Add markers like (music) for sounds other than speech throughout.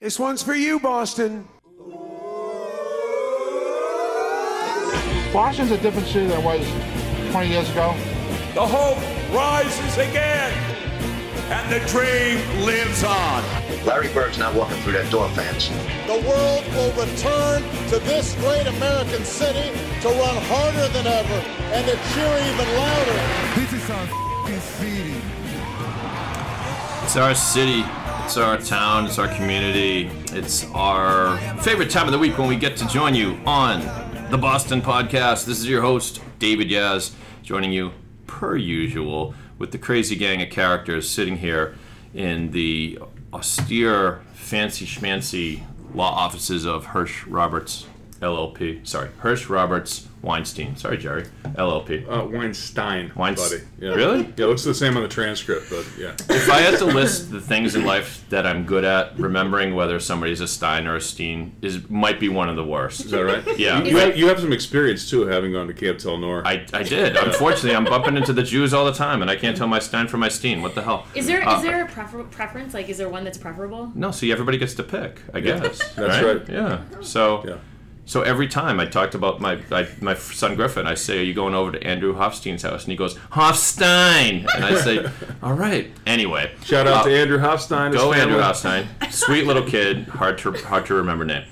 This one's for you, Boston. Boston's a different city than it was 20 years ago. The hope rises again, and the dream lives on. Larry Bird's not walking through that door, fans. The world will return to this great American city to run harder than ever and to cheer even louder. This is our f***ing city. It's our city. It's our town. It's our community. It's our favorite time of the week when we get to join you on the Boston Podcast. This is your host, David Yaz, joining you per usual with the crazy gang of characters sitting here in the austere, fancy schmancy law offices of Hirsch Roberts LLP. Sorry, Hirsch Roberts Weinstein. Sorry, Jerry. LLP. Uh, Weinstein. Weinstein. Buddy. Yeah. Really? Yeah, it looks the same on the transcript, but yeah. if (laughs) I had to list the things in life that I'm good at, remembering whether somebody's a Stein or a Steen is might be one of the Is worst. that right? Yeah. You, you have, you have some experience, too, having gone to Camp Del Nor. I, I did. Unfortunately, I'm bumping into the Jews all the time, and I can't tell my Stein from my Steen. What the hell? Is there is Uh, there a prefer- preference? Like, is there one that's preferable? No, see, everybody gets to pick. I guess. that's right. Yeah. So. Yeah. So every time I talked about my I, my son Griffin, I say, "Are you going over to Andrew Hofstein's house?" And he goes, "Hofstein," and I (laughs) say, "All right." Anyway, Shout out uh, to Andrew Hofstein. his Go Andrew family. Hofstein. Sweet little kid. Hard to hard to remember name.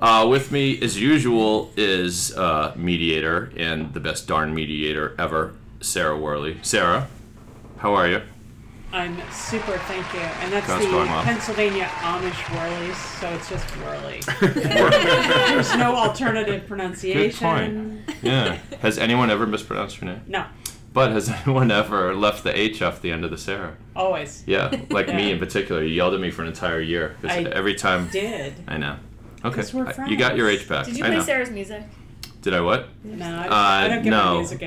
Uh, with me, as usual, is uh, mediator and the best darn mediator ever, Sarah Worley. Sarah, how are you? I'm super, thank you. And that's That's the going well. Pennsylvania Amish Whirlies, so it's just Whirly. (laughs) There's no alternative Good pronunciation. point. Yeah. (laughs) Has anyone ever mispronounced your name? No, But has (laughs) anyone ever left the H off the end of the Sarah? always. Yeah, like me Yeah. in particular. You yelled at me for an entire year 'cause I every time. Did. I know. Okay. 'Cause we're I- you got your friends. H back. Did you I play know. Sarah's music? Did I what? No, I, I Uh, don't get my no. music Uh, uh,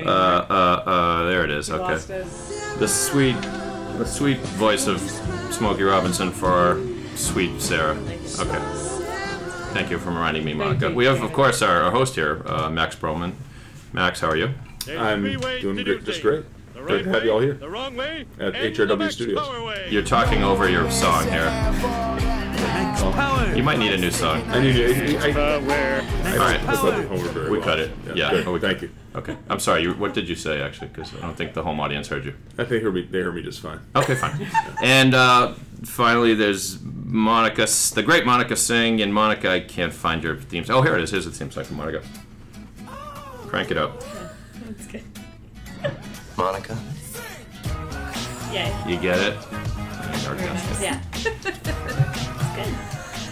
anymore. uh, there it is. Okay. Lost it. the sweet, the sweet voice of Smokey Robinson for our sweet Sarah. Okay. Thank you for reminding me, Monica. you, We have, of David. course, our, our host here, uh, Max Broman. Max, how are you? I'm doing great, just great. Great to have you all here at HRW Studios. You're talking over your song here. You might need a new song. I need you. I, I, All right. We We cut it. Yeah. Oh, we cut Thank it. you. Okay. I'm sorry. You, what did you say actually? Because I don't think the home audience heard you. I think they heard me, they heard me just fine. Okay, fine. and uh, finally, there's Monica, S- the great Monica Singh. And Monica, I can't find your theme song. Oh, here it is. Here's the theme song from Monica. Crank it up. That's good. Monica? Yeah. You get it? And our guest. Yeah.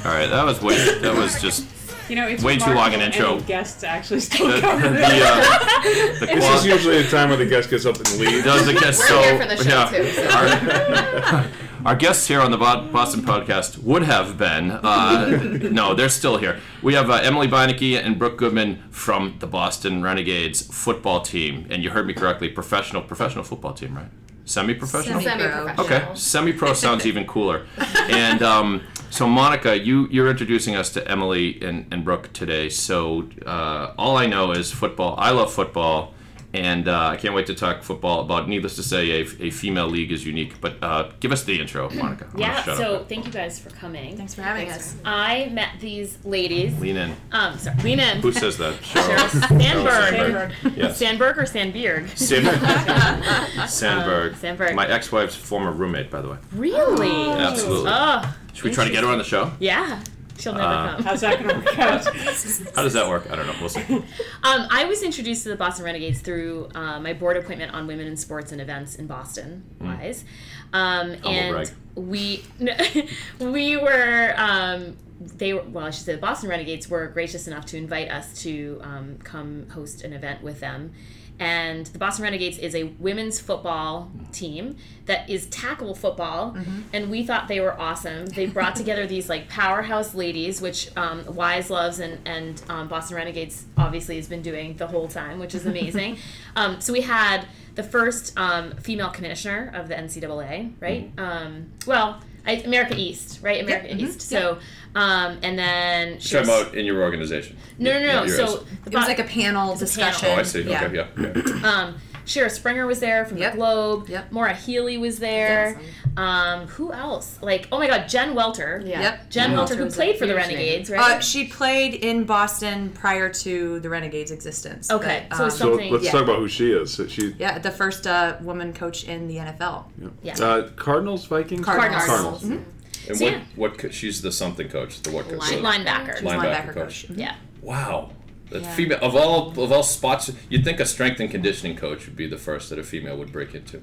All right, that was way. That was just (laughs) You know, it's Way too long an remarkable intro. any Guests actually still the the, come. uh, (laughs) the This is qual- usually the time when the guest gets up and leaves. Does the guest (laughs) so? We're here for the show, yeah. too, Our, (laughs) our guests here on the Bo- Boston podcast would have been. (laughs) Uh, no, they're still here. We have uh, Emily Beinecke and Brooke Goodman from the Boston Renegades football team, and you heard me correctly, professional professional football team, right? Semi-professional. Semi-professional. Okay, semi-pro (laughs) sounds even cooler. And um, so, Monica, you you're introducing us to Emily and, and Brooke today. So uh, all I know is football. I love football, and uh, I can't wait to talk football about. Needless to say, a, a female league is unique. But uh, give us the intro, Monica. I'm gonna Yeah. shut So up. thank you guys for coming. Thanks for having us. I met these ladies. lean in. Um, sorry, lean in. Who says (laughs) that? Cheryl. Sandberg. Yes. Sandberg or Sandberg? (laughs) Uh, Sandberg. Sandberg. Sandberg. My ex-wife's former roommate, by the way. Really? Absolutely. Oh, Should we try to get her on the show? yeah. She'll never Uh, come. How's that going to work out? How does that work? I don't know. We'll see. Um, I was introduced to the Boston Renegades through uh, my board appointment on women in sports and events in Boston. Wise, um, and Mm. brag. we (laughs) we were um, they were well, I should say the Boston Renegades were gracious enough to invite us to um, come host an event with them. And the Boston Renegades is a women's football team that is tackle football, and we thought they were awesome. They brought together these like powerhouse ladies, which um, Wise loves and and um, Boston Renegades obviously has been doing the whole time, which is amazing. um, so we had the first um, female commissioner of the NCAA, right? Um, well, I, America East, right? America Mm-hmm. East. So, um, and then she Talking was- about in your organization. no, no, no. Not yours. So the It was bo- like a panel a panel. discussion. Oh, I see. Okay, yeah. yeah. um, Shira Springer was there from Yep. the Globe. Yep. Maura Healy was there. Um, who else? Like, oh my God, Jen Welter. Yeah. Yep. Jen Welter, who was a played for the huge name. Renegades, right? Uh, she played in Boston prior to the Renegades' existence. Okay, but, so um, it's So Something- let's yeah. talk about who she is. So she, yeah, the first uh, woman coach in the NFL. Yeah. uh, Cardinals, Vikings, Cardinals. Mm-hmm. Cardinals. And So, what? yeah. What? co- She's the something coach. The what coach? Line- The- linebacker. She was Linebacker linebacker coach. coach. Yeah. Wow. That Yeah. female of all of all spots, you'd think a strength and conditioning coach would be the first that a female would break into.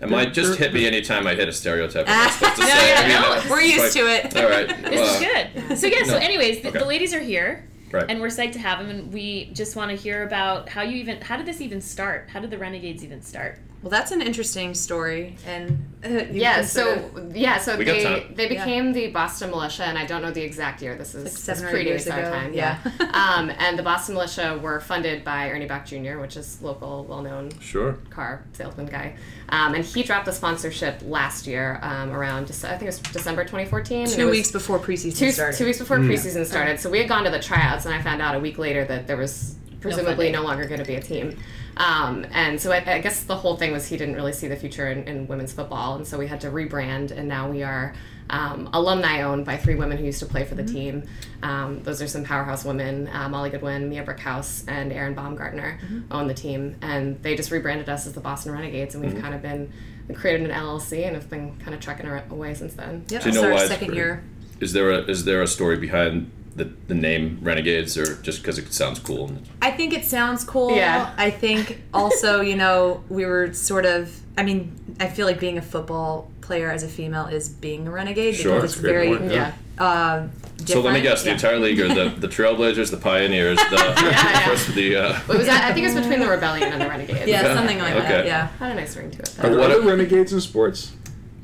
It might just hit me anytime I hit a stereotype. I'm not supposed to No, say. yeah, I mean, no, uh, it's- We're it's used to like- it. All right. This uh, is good. So yeah, so no. anyways, the, Okay. the ladies are here. Right. And we're psyched to have them, and we just want to hear about how you even, how did this even start? How did the Renegades even start? Well, that's an interesting story, and uh, you Yeah, consider- so yeah, so We got they time. they Yeah. became the Boston Militia, and I don't know the exact year. This is Like seven this or eight predates years our ago, time. yeah. (laughs) um, and the Boston Militia were funded by Ernie Bach Jr., which is local, well-known Sure. car salesman guy, um, and he dropped the sponsorship last year um, around Dece- I think it was December 2014. and it two was- weeks before preseason two, started. two weeks before Hmm. preseason started. So we had gone to the tryouts, and I found out a week later that there was presumably funding. no, longer going to be a team. Um, and so I, I guess the whole thing was he didn't really see the future in, in women's football, and so we had to rebrand, and now we are. Um, alumni owned by three women who used to play for the Mm-hmm. team. Um, those are some powerhouse women uh, Molly Goodwin, Mia Brickhouse, and Erin Baumgartner Mm-hmm. own the team. And they just rebranded us as the Boston Renegades, and we've Hmm. kind of been we created an LLC and have been kind of trekking ar- away since then. Yep, Do you know so why our it's second pretty- year. Is there a is there a story behind the, the name Renegades, or just because it sounds cool? And, I think it sounds cool. Yeah. I think also, you know, we were sort of. I mean, I feel like being a football player as a female is being a renegade Sure, because it's that's a great very point, Yeah. uh, different. so let me guess: the Yeah. entire league are the the Trailblazers, the (laughs) Pioneers, the yeah. first the. Uh, It was, I think it was between the Rebellion and the Renegades. Yeah, something like that. Okay. Yeah. Had a nice ring to it. But Though. Are there what- other renegades in sports?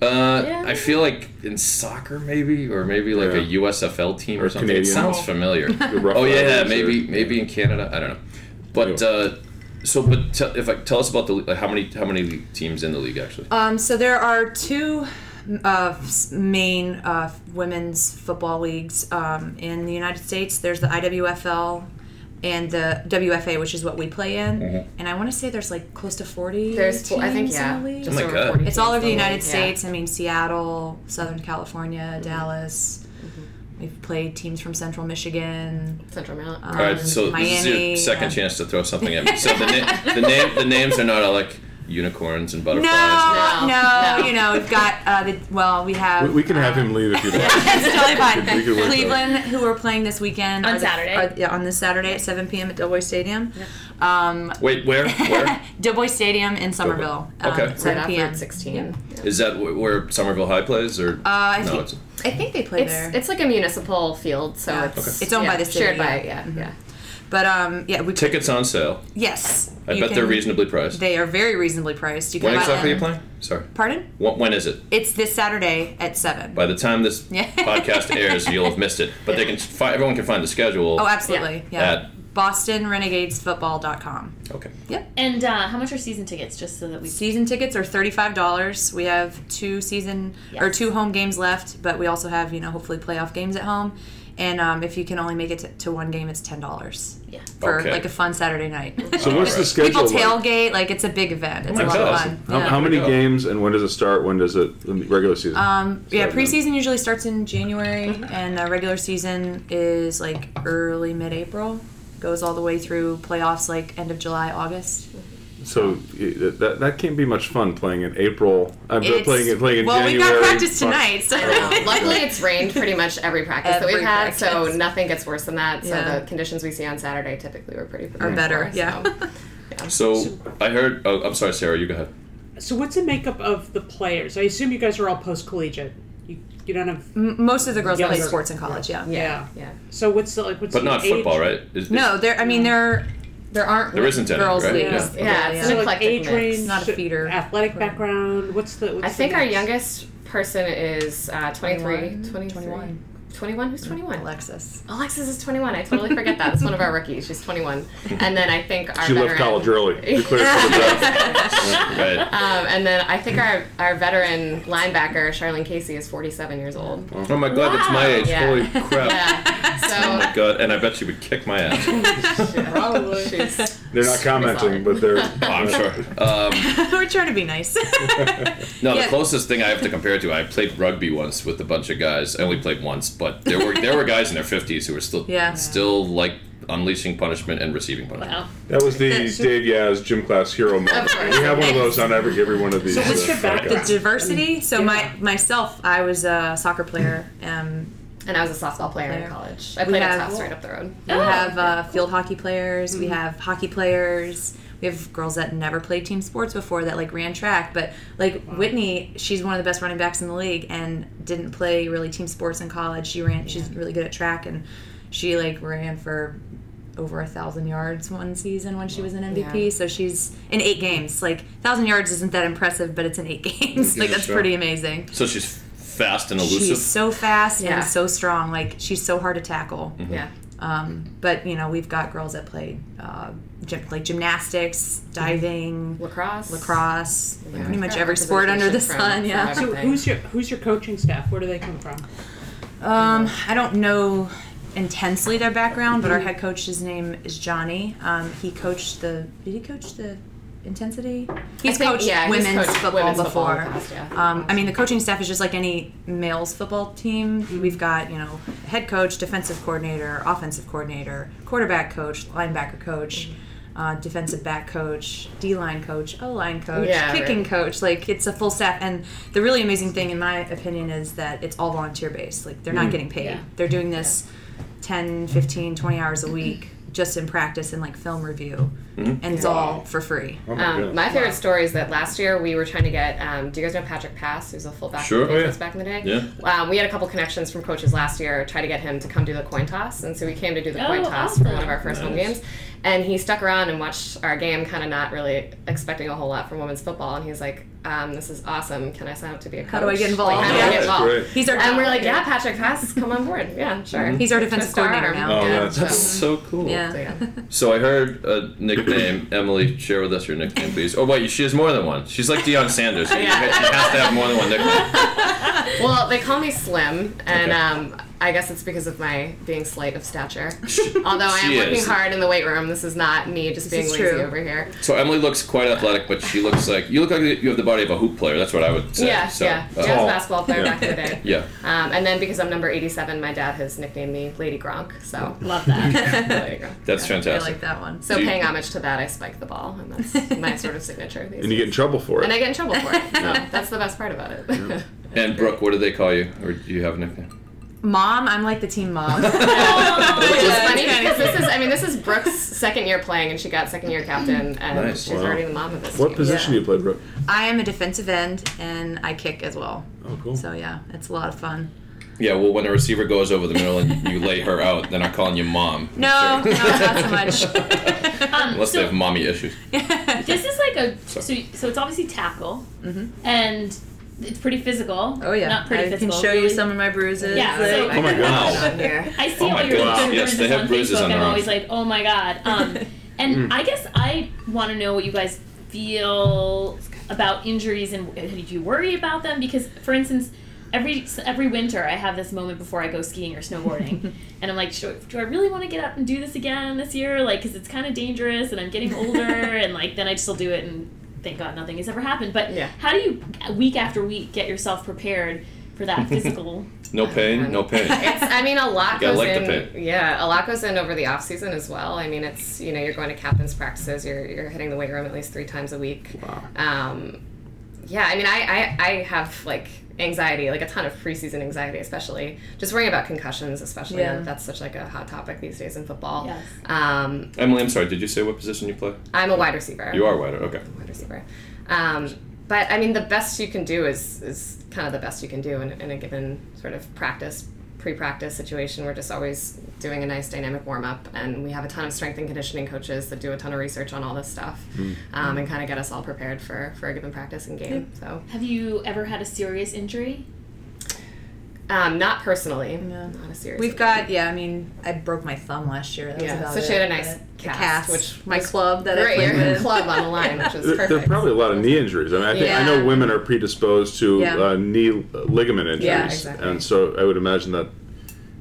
Uh, Yeah. I feel like in soccer maybe, or maybe like a Yeah. USFL team or, Or something. It Canadian. sounds (laughs) familiar. The Rough oh yeah, Riders maybe or- maybe in Canada. I don't know. But Yeah. uh, so, but t- if I tell us about the le- like, how many how many league teams in the league actually? Um, so there are two uh, s- main uh, women's football leagues um, in the United States. There's the IWFL and the WFA, which is what we play in. Mm-hmm. And I want to say there's like close to 40 There's, teams four, I think, yeah, in the league. just Oh my over God. 40 It's all over the teams United total, yeah. Mm-hmm. States. I mean, Seattle, Southern California, Dallas. We've played teams from Central Michigan. Central Oh, Mount. All right, so this is your Miami, uh, second yeah. chance to throw something at me. So (laughs) the, na- the name the names are not all like unicorns and butterflies. No, No, no, no. Oh, you know, we've got uh, the well, we have We, we can have him leave if (laughs) you like. It's totally (laughs) fine. We could work that. Cleveland, who are playing this weekend On are the- Saturday. are- yeah, on this Saturday at 7 p.m. at Doughboy Stadium. Wait, where where Doughboy Stadium in (laughs) Somerville. um, Okay. at Right 7 after p.m. it's 16. is that? wh- Where Somerville High plays or Uh, I no? think- It's, I think they play It's there. it's like a municipal field, so Yeah. it's It's owned by yeah, the city, Shared by yeah. yeah, yeah. Mm-hmm. but um, yeah, we tickets on sale. Yes, I you bet they're can- reasonably priced. They are very reasonably priced. You can when buy exactly are them- you playing? Sorry. Pardon? Wh- When is it? It's this Saturday at seven. By the time this Yeah. (laughs) podcast airs, you'll have missed it. But they can find, everyone can find the schedule. oh, absolutely. Yeah. At- BostonRenegadesFootball.com. okay. And uh, how much are season tickets, just so that we Season tickets are thirty-five dollars. We have two season or Yes. two home games left, but we also have you know hopefully playoff games at home. And um, if you can only make it to, to one game, it's ten dollars Yeah. for Okay. like a fun Saturday night. So what's the schedule People like? tailgate like it's a big event. It's Oh my a lot of God. fun. How, yeah. how many Yeah. games and when does it start? When does it the regular season? Um, yeah, Sorry, preseason usually starts in January, and the regular season is like early mid-April. Goes all the way through playoffs, like end of July, August. so y- that that can't be much fun playing in April. I'm It's- playing it playing in well, January. we got practice Fuck. tonight, (laughs) so (laughs) Luckily, it's rained pretty much every practice that Every we've had, so practice. nothing gets worse than that. So Yeah. Oh, the conditions we see on Saturday typically were pretty or better. Yeah. So I heard. Oh, I'm sorry, Sarah. You go ahead. So what's the makeup of the players? I assume you guys are all post collegiate. You you don't have Most of the girls Yeah, play they're- sports in college. Yeah. yeah. Yeah. So what's the like what's But the not age? football, right? Is, is- No, there. I mean, there. There aren't. There isn't any, girls right? leagues. Yeah. Yeah, it's So an like eclectic age mix. range, Not a feeder. athletic background. What's the? What's I the think our mix? youngest person is uh, 23, 21. 23. 21. 21? Who's 21? Alexis. Alexis is 21. I totally forget that. That's one of our rookies. She's 21. And then I think our She veteran, left college early. Declared for the (laughs) draft. Right. Um, and then I think our, our veteran linebacker, Charlene Casey, is 47 years old. Oh my God, that's my age. Yeah. Holy crap! Oh my god! And I bet she would kick my ass. Probably. They're not commenting, but (laughs) they're. Oh, I'm sure. Um, We're trying to be nice. (laughs) No, Yeah. the closest thing I have to compare it to, I played rugby once with a bunch of guys. I only played once, but there were there were guys in their fifties who were still Yeah. still like unleashing punishment and receiving punishment. Oh. That was the Dave Yaz gym class hero moment. course. We have one of those on every every one of these. So let's uh, get back to podcasts. diversity. So my myself, I was a soccer player, um, and I was a softball player in college. I We played at have- Tufts right up the road. We have uh, field hockey players. We have hockey players. We have girls that never played team sports before that like ran track, but like Whitney, she's one of the best running backs in the league and didn't play really team sports in college. She ran. She's really good at track and she like ran for over a thousand yards one season when she was an MVP. Yeah. So she's in eight games. Like thousand yards isn't that impressive, but it's in eight (laughs) games. like Yeah, that's sure. pretty amazing. So she's fast and elusive. She's so fast Yeah. and so strong. Like she's so hard to tackle. Mhm. Yeah. Um, but you know, we've got girls that play uh, gym, like gymnastics, diving, Mm-hmm. Lacrosse. lacrosse, Yeah. pretty much Got every sport under the representation sun. from- Yeah. from So who's your who's your coaching staff? Where do they come from? Um, I don't know intensely their background, but Mm-hmm. our head coach, his name is Johnny. Um, he coached the. Did he coach the intensity? He's think- coached yeah, he's women's coached football women's football in before. the past, yeah. um, I mean, the coaching staff is just like any males football team. Mm-hmm. We've got you know head coach, defensive coordinator, offensive coordinator, quarterback coach, linebacker coach. Mm-hmm. Uh, defensive back coach, D line coach, O line coach, Yeah, kicking right. coach. Like it's a full staff. And the really amazing thing, in my opinion, is that it's all volunteer based. Like they're not Mhm. getting paid. Mm-hmm. Yeah. They're doing this 10, 15, 20 hours a week just in practice and like film review. Mhm. And it's all for free. Oh my Um, God. my favorite story is that last year we were trying to get. Um, do you guys know Patrick Pass, who's a fullback Sure. for Oh, the yeah. Patriots back in the day? Yeah. Um, we had a couple connections from coaches last year. Try to get him to come do the coin toss, and so he came to do the Oh, coin toss for one of awesome. our first home Nice. games. And he stuck around and watched our game, kind of not really expecting a whole lot from women's football. And he's like, um, "This is awesome. Can I sign up to be a coach? How do I get Like, involved?" how do I Yeah. get involved?" Great. He's our And we're like, "Yeah, Patrick Pass, come on board. Yeah, sure." He's our defensive Twist our coordinator arm. now. Oh, Yeah. that's Mm-hmm. That's so cool. Yeah. So, yeah. (laughs) So I heard a (clears throat) nickname. Emily, share with us your nickname, please. Oh wait, she has more than one. She's like Deion (laughs) Sanders. She, she has to have more than one nickname. Well, they call me Slim, Okay. and um, I guess it's because of my being slight of stature. Although I (laughs) am She working is. hard in the weight room, this is not me just being is lazy true. over here. So Emily looks quite athletic, but she looks like you look like you have the body of a hoop player. That's what I would say. yeah, So, yeah. uh, Jazz basketball player Yeah. back in the day. yeah. Um, and then because I'm number 87, my dad has nicknamed me Lady Gronk. So Love (laughs) that. Lady Gronk. (laughs) That's I fantastic. like that one. So Do you- paying homage to that, I spike the ball, and that's my sort of signature. These And you get in trouble for it. and I get in trouble (laughs) for it. So that's the best part about it. (laughs) And Brooke, what do they call you, or do you have a nickname? Mom, I'm like the (laughs) team mom. (laughs) Which is Yeah, funny it's kinda because this is, I mean, this is Brooke's second year playing, and she got second year captain, and Nice, she's wow. already the mom of this. what team. position do you play, Brooke? I am a defensive end and I kick as well. Oh, cool. So yeah, it's a lot of fun. Yeah, well, when a receiver goes over the middle and you lay her out, they're not calling you mom. No, no, not so much. (laughs) Unless So- they have mommy issues. This is like a so Sorry. so it's obviously tackle, and it's pretty physical. Mm-hmm. Oh yeah, not pretty I can physical. show you really. some of my bruises. Yeah, like- so- (laughs) Oh my Down wow. here. I see Oh all my your God. bruises Yes, they have on bruises Facebook. on their I'm arms. always like, oh my god. (laughs) (laughs) Um, and I guess I want to know what you guys feel about injuries and do you worry about them? Because, for instance. Every, every winter, I have this moment before I go skiing or snowboarding, and I'm like, "Should- do I really want to get up and do this again this year? Like, because it's kind of dangerous, and I'm getting older, and like then I still do it, and thank God nothing has ever happened. But Yeah. how do you week after week get yourself prepared for that physical? No pain, no pain. It's, I mean, a lot You gotta goes like in. the pit. Yeah, a lot goes in over the off season as well. I mean, it's you know you're going to captain's practices, you're you're hitting the weight room at least three times a week. Wow. Um, yeah, I mean, I, I I have like anxiety, like a ton of preseason anxiety, especially just worrying about concussions, especially Yeah. that's such like a hot topic these days in football. Yes. Um, Emily, I'm sorry, did you say what position you play? I'm a wide receiver. You are wider, okay. wide receiver. Um, but I mean, the best you can do is is kind of the best you can do in, in a given sort of practice pre-practice situation. We're just always doing a nice dynamic warm up, and we have a ton of strength and conditioning coaches that do a ton of research on all this stuff, um, and kind of get us all prepared for for a given practice and game. So, Have you ever had a serious injury? um, not personally, Yeah. not a serious. We've got yeah. I mean, I broke my thumb last year. That was Yeah, about so she it, had a nice but- cast, which my was club that I great played your with. club on the line, which is There, there are perfect. probably a lot of knee injuries. I mean, I, think, I know Yeah. women are predisposed to (laughs) Yeah. uh, knee ligament injuries, Yeah, exactly. and so I would imagine that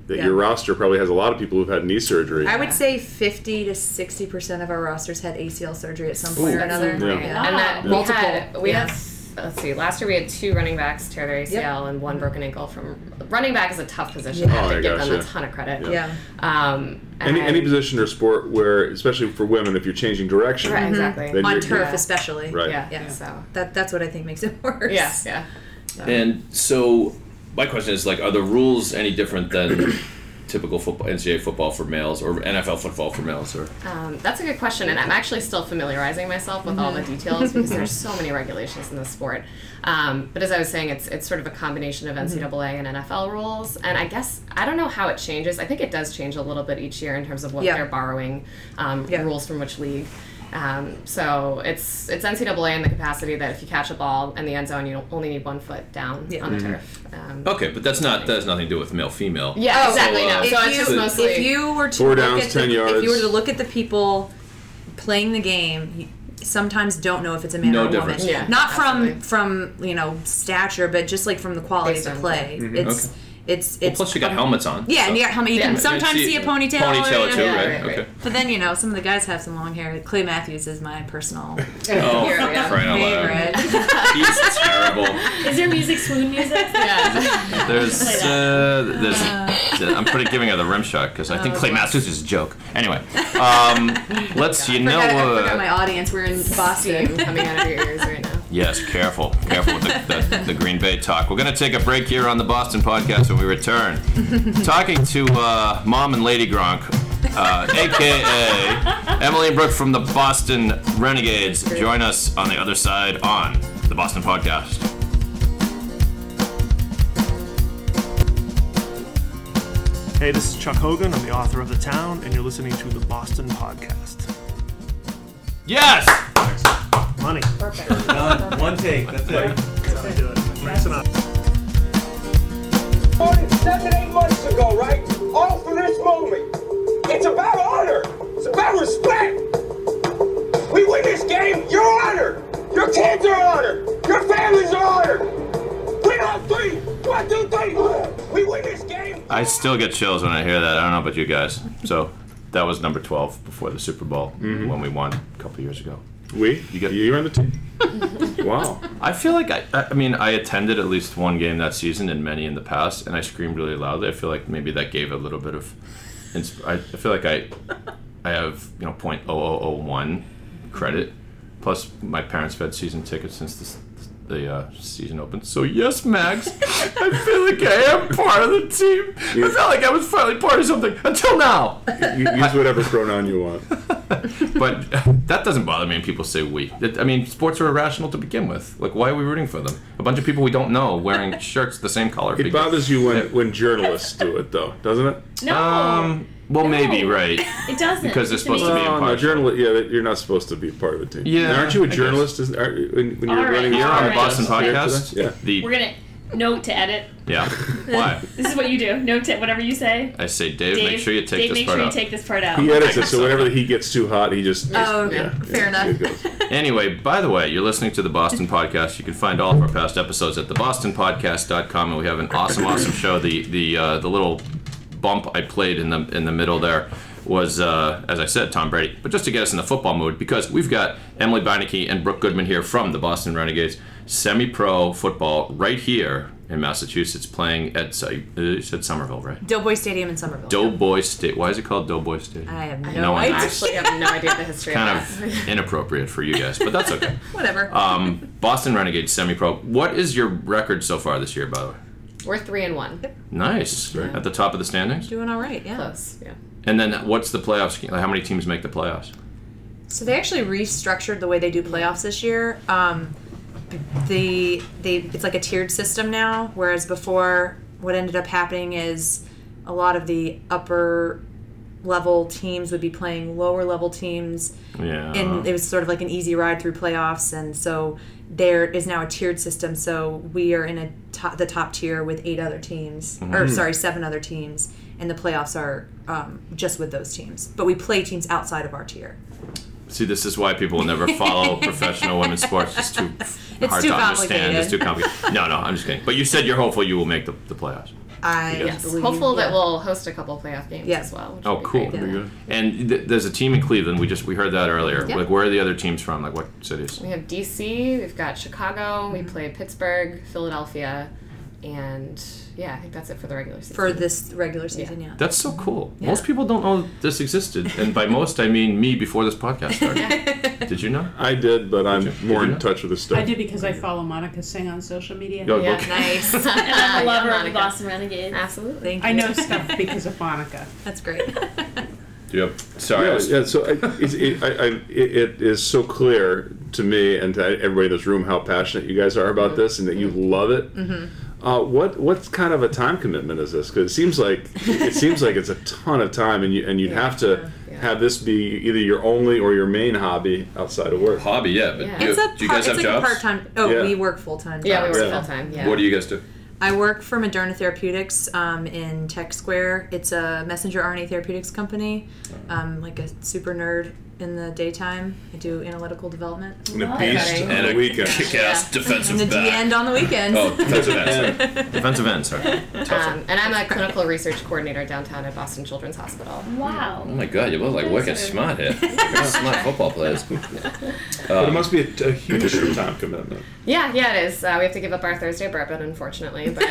that Yeah. your roster probably has a lot of people who've had knee surgery. I would say 50 to 60 percent of our rosters had ACL surgery at some Ooh. point or That's another. amazing. Yeah. And that we multiple. had, we yeah. had, s- let's see, last year we had two running backs tear their ACL and one broken ankle from running back is a tough position. Yeah. I have Oh, to I give them a gotcha. ton of credit. Yeah. Um, any and- any position or sport where, especially for women, if you're changing direction, Right, exactly. then on you're- turf yeah. especially. Right. Yeah. Yeah, So that that's what I think makes it (laughs) worse. Yeah, yeah. And so, my question is like, are the rules any different than (coughs) typical football, NCAA football for males, or NFL football for males, or? Um, that's a good question, and I'm actually still familiarizing myself with all the Mhm. details because there's so many regulations in the sport. Um, but as I was saying, it's it's sort of a combination of NCAA and NFL rules, and I guess I don't know how it changes. I think it does change a little bit each year in terms of what Yeah. they're borrowing, um, rules from which league. Um, so it's it's NCAA in the capacity that if you catch a ball in the end zone, you don't- only need one foot down on the Mhm. turf. Um, Okay, but that's not that has nothing to do with male female. Yeah, exactly. uh, no. So it's Oh. if just you, mostly if you were to Four look downs, at the, 10 if yards. you were to look at the people playing the game, you sometimes don't know if it's a man No or a difference. woman. Yeah, Not from from you know stature, but just like from the quality Based of on- the play. Mhm. It's Okay. it's Well, it's. plus you got helmets on. yeah, and so- you got helmet. You can Yeah. sometimes Yeah, see a ponytail. Ponytail or- too, yeah. right? Okay. But then you know some of the guys have some long hair. Clay Matthews is my (laughs) personal Oh, favorite. yeah. crying out loud. He's terrible. (laughs) Is there music swoon music? yeah. There's, Play that. uh, there's, I'm pretty giving her the rim shot because I think Oh, Clay gosh. Matthews is a joke. Anyway, um, let's you know. I forgot, I Uh, forgot my audience. We're in Boston. coming out of your ears right now. yes, careful, careful with the, the, the Green Bay talk. We're gonna take a break here on the Boston podcast when we return. Talking to uh, Mom and Lady Gronk, uh, aka Emily and Brooke from the Boston Renegades. Join us on the other side on the Boston podcast. Hey, this is Chuck Hogan. I'm the author of The Town, and you're listening to the Boston Podcast. Yes! Money. Perfect. Done. One take. That's it. That's how we do it. Thanks enough. Seven, eight months ago, right? All for this moment. It's about honor. It's about respect. We win this game, you're honored. Your kids are honored. Your families are honored. Win on three. One, two, three. We win this game. I still get chills when I hear that. I don't know about you guys. So that was number 12 before the Super Bowl Mhm. when we won a couple years ago. Mm-hmm. We? You got you're on the (laughs) team. wow. I feel like I, I I mean, I attended at least one game that season and many in the past, and I screamed really loudly. I feel like maybe that gave a little bit of. insp- I, I feel like I, I have you know point oh oh oh one credit, plus my parents have had season tickets since this, the uh, season opened. So yes, Max, I feel like I am part of the team. I felt like I was finally part of something until now. You- Use whatever pronoun you want. But (laughs) that doesn't bother me when people say we. It- I mean, sports are irrational to begin with. Like, why are we rooting for them? A bunch of people we don't (laughs) know wearing shirts the same color. It bothers you when, when journalists do it, though, doesn't it? No. Um, well, maybe right. (laughs) It doesn't. Because they're It's supposed to be amazing. No, no, impartial. journalist. Yeah, that- you're not supposed to be part of the team. Yeah, aren't you I a guess. journalist? Isn't, are, when, when you're All right, running You're on the all right. Boston Yeah. podcast? Yeah. The We're gonna note to edit. (laughs) yeah. Why? This is what you do. Note to whatever you say. I say, Dave, make sure you take Dave, this make part sure out. you take this part out. He edits it, so whenever he gets too hot, he just. Oh, okay. Fair enough. it goes. Anyway, by the way, you're listening to the Boston Podcast. You can find all of our past episodes at thebostonpodcast.com, and we have an awesome, awesome show. The the uh, the little bump I played in the in the middle there was, uh, as I said, Tom Brady. But just to get us in the football mood, because we've got Emily Beinecke and Brooke Goodman here from the Boston Renegades, semi-pro football right here in Massachusetts, playing at uh, you said Somerville, right? (laughs) Doughboy Stadium in Somerville. Doughboy State. Why is it called Doughboy State? I have no, No idea. idea. actually have no idea the history (laughs) Kind of that. of inappropriate for you guys, but that's okay. Whatever. uh, Um, Boston Renegades semi pro. What is your record so far this year, by the way? We're three and one. Nice. At the top of the standings. Doing all right, yeah. Close, yeah. And then what's the playoffs? scheme? Like, how many teams make the playoffs? So they actually restructured the way they do playoffs this year. Um, the they it's like a tiered system now, whereas before what ended up happening is a lot of the upper level teams would be playing lower level teams Yeah. Uh-huh. and it was sort of like an easy ride through playoffs and so there is now a tiered system so we are in a top, the top tier with eight other teams or Mhm. Mm-hmm. sorry seven other teams and the playoffs are um, just with those teams but we play teams outside of our tier See, this is why people will (laughs) never follow professional women's sports. It's too It's hard too to understand. It's too complicated. complicated. No, no, I'm just kidding. But you said you're hopeful you will make the, the playoffs. I yes, believe. hopeful that yeah. we'll host a couple playoff games Yeah. as well. which Oh, would be cool. great. And th- there's a team in Cleveland. We just we heard that earlier. Yeah. Like, where are the other teams from? Like, what cities? We have DC, we've got Chicago, Mm-hmm. we play Pittsburgh, Philadelphia, and yeah, I think that's it for the regular season. for this regular season. Yeah. That's so cool. Most people don't know this existed, and by most I mean me before this podcast started. (laughs) Did you know? I did, but I'm more in know? touch with this stuff. I did because I follow Monica Singh on social media. Yeah, Yeah, okay. (laughs) nice. and I'm a lover of the Oh, Monica. Boston Renegades. Absolutely. (laughs) Thank I know stuff because of Monica. (laughs) That's great. Yep. Sorry. I Yeah, was- yeah, so I, it's- it, I, I, it it is so clear to me and to everybody in this room how passionate you guys are about this and that you love it. Uh, what what kind of a time commitment is this? Because it seems like it seems like it's a ton of time, and you and you'd have to have this be either your only or your main hobby outside of work. Hobby, yeah. But It's a part, it's like a part-time. Oh, Yeah. we work full-time. Yeah, we jobs. work full time. Yeah. What do you guys do? I work for Moderna Therapeutics um, in Tech Square. It's a messenger RNA therapeutics company. Oh. I'm like a super nerd in the daytime. I do analytical development. And a beast on the weekend. kick-ass And the DN on the weekends. Oh, defensive end. sorry. Defensive end. Sorry. Um, and I'm a clinical research coordinator downtown at Boston Children's Hospital. Wow. Oh my god, you look like wicked smart (laughs) here. Wicked smart football players. Um, (laughs) but it must be a, a huge time (laughs) commitment. Yeah, yeah, it is. Uh, we have to give up our Thursday bourbon, unfortunately, but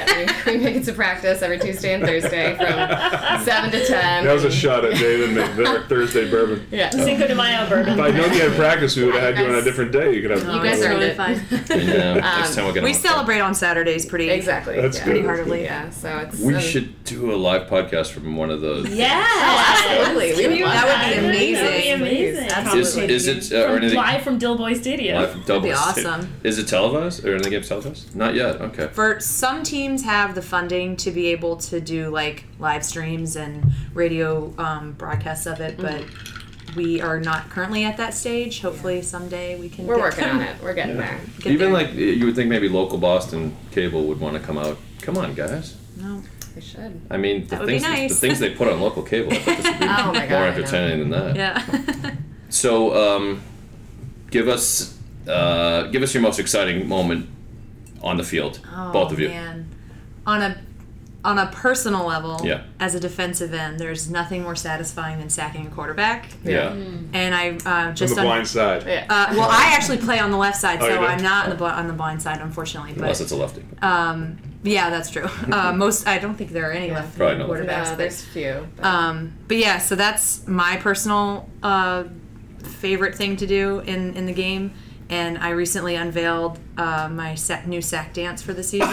we, (laughs) we make it to practice every Tuesday and Thursday from 7 to 10. That was a shot at David McVick Thursday bourbon. Yeah. Cinco de Mayo bourbon. If I'd known you had practice, we would have had you on a different day. You could have. You guys are really fun. (laughs) Yeah, next time we're gonna we have- celebrate on Saturdays pretty Um, exactly. That's yeah. good, pretty that's heartily. Yeah, so it's. We um, should do a live podcast from one of those. Yeah. absolutely. We would love That Oh, That would would be be amazing. amazing. Is, is it uh, (laughs) or anything? Live from Dillboy Stadium. Live from Double That'd (laughs) be State. awesome. Is it televised or anything games televised? Not yet. Okay. For some teams have the funding to be able to do like live streams and radio um, broadcasts of it, but we are not currently at that stage. Hopefully someday we can. We're get working them. on it. We're getting there. Get Even there. like you would think maybe local Boston cable would want to come out. Come on, guys. No. We should. I mean, the That would be things nice. the things they put on local cable. I think (laughs) this would be Oh my God, more I know. entertaining than that. (laughs) Yeah. So, um, give us uh, give us your most exciting moment on the field, Oh, both of you. Man. On a on a personal level, Yeah. as a defensive end, there's nothing more satisfying than sacking a quarterback. Yeah. Hmm, And I uh, On just the blind side. Uh, well, I actually play on the left side, Oh, you so do? I'm not on the, bl- on the blind side, unfortunately. But Unless it's a lefty. Um, (laughs) yeah, (laughs) that's true. Uh, most I don't think there are any left Probably field not. quarterbacks. No, there's few. but, um, but yeah, so that's my personal uh, favorite thing to do in in the game. And I recently unveiled uh, my sac- new sack dance for (laughs) the season.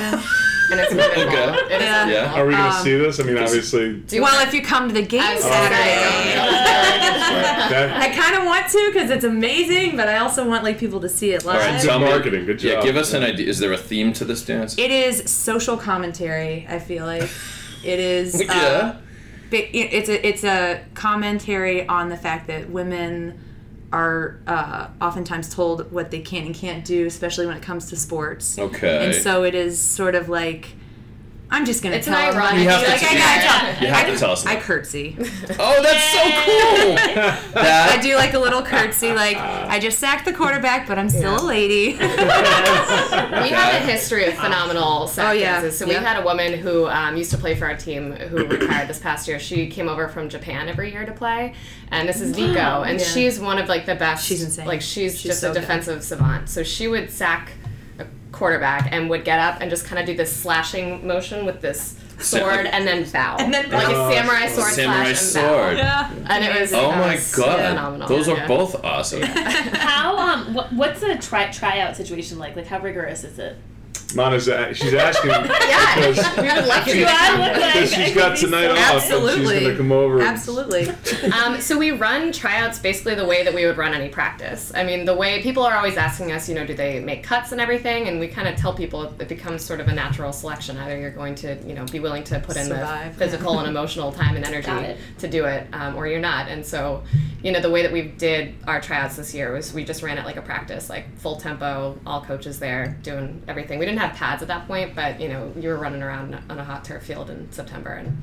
And it's beautiful. Okay. It is Yeah. beautiful. Are we going to Um, see this? I mean, obviously. oh, Do you well, wanna- if you come to the game I'm Saturday, (laughs) That, I kind of want to because it's amazing, but I also want like people to see it live. tell me- marketing, good Yeah, job. give us an idea. Is there a theme to this dance? It is social commentary. I feel like it (laughs) is. Yeah. Uh, bi- it- it's a it's a commentary on the fact that women are uh, oftentimes told what they can and can't do, especially when it comes to sports. Okay. And so it is sort of like. I'm just gonna It's an tell ironic- everybody, You have to like, I do gotta that. tell- You have to I- tell us I that. curtsy. Oh, that's (laughs) so cool. I that do like a little curtsy, like I just sacked the quarterback, but I'm still a (laughs) lady. (laughs) We have a history of phenomenal sack Oh, yeah. dances. So we Yeah. had a woman who um, used to play for our team who retired this past year. She came over from Japan every year to play, and this is Nico, (gasps) Wow. and Yeah. she's one of like the best. She's insane. Like she's, She's just so a good. defensive savant. So she would sack a quarterback and would get up and just kind of do this slashing motion with (laughs) this Sa- sword and then bow, And then like bow. a samurai sword. samurai slash and bow. sword. yeah. And it was Oh that my was god. phenomenal. Those are Yeah. both awesome. How um what, what's a try tryout situation like? Like how rigorous is it? Monica's a- she's (laughs) asking (laughs) Yeah, because we would like to. (laughs) Do I look like because I she's could got be tonight so- off, and she's going to come over. and- Absolutely. um, so we run tryouts basically the way that we would run any practice. I mean, the way people are always asking us, you know, do they make cuts and everything? And we kind of tell people it becomes sort of a natural selection. Either you're going to, you know, be willing to put in Survive. the physical and emotional time and Got energy it. to do it, um, or you're not. And so, you know, the way that we did our tryouts this year was we just ran it like a practice, like full tempo, all coaches there doing everything. We didn't have pads at that point, but you know, you were running around on a hot turf field in September, and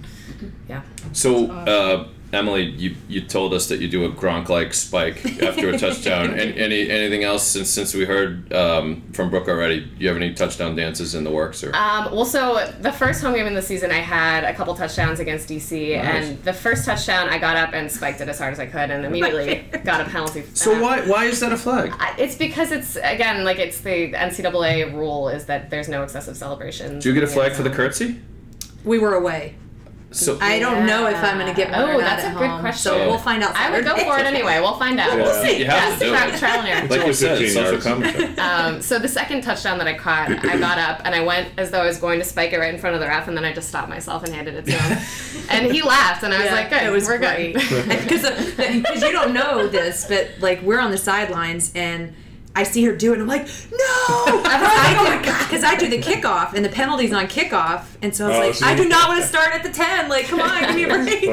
yeah. So, uh, Emily, you, you told us that you do a Gronk like spike after a touchdown. Any, any anything else since since we heard um, from Brooke already? You have any touchdown dances in the works Uh, or? Um, well, so the first home game in the season, I had a couple touchdowns against DC, Nice. and the first touchdown, I got up and spiked it as hard as I could, (laughs) and immediately got a penalty. for So that. why why is that a flag? I- It's because it's again like it's the NCAA rule is that there's no excessive celebration. Do you get a flag for the curtsy? We were away. So I don't know if I'm going to get one Oh, or not that's at a good home, question. So we'll find out. I would go Saturday. for it anyway. We'll find out. (laughs) Yeah. We'll see. You have to do Yes, it. trial and error. Like you said, 15 social yards. commentary. (laughs) Um, so the second touchdown that I caught, I got up and I went as though I was going to spike it right in front of the ref, and then I just stopped myself and handed it to (laughs) him. and he laughed, and I was Yeah, like, "Good, it was we're great. (laughs) uh, good." because you don't know this, but like we're on the sidelines and I see her do it, and I'm like, no! "Oh Because I do the kickoff and the penalties on kickoff, and so I was Oh, like, so I you- do not (laughs) want to start at the ten. Like, come on, give me a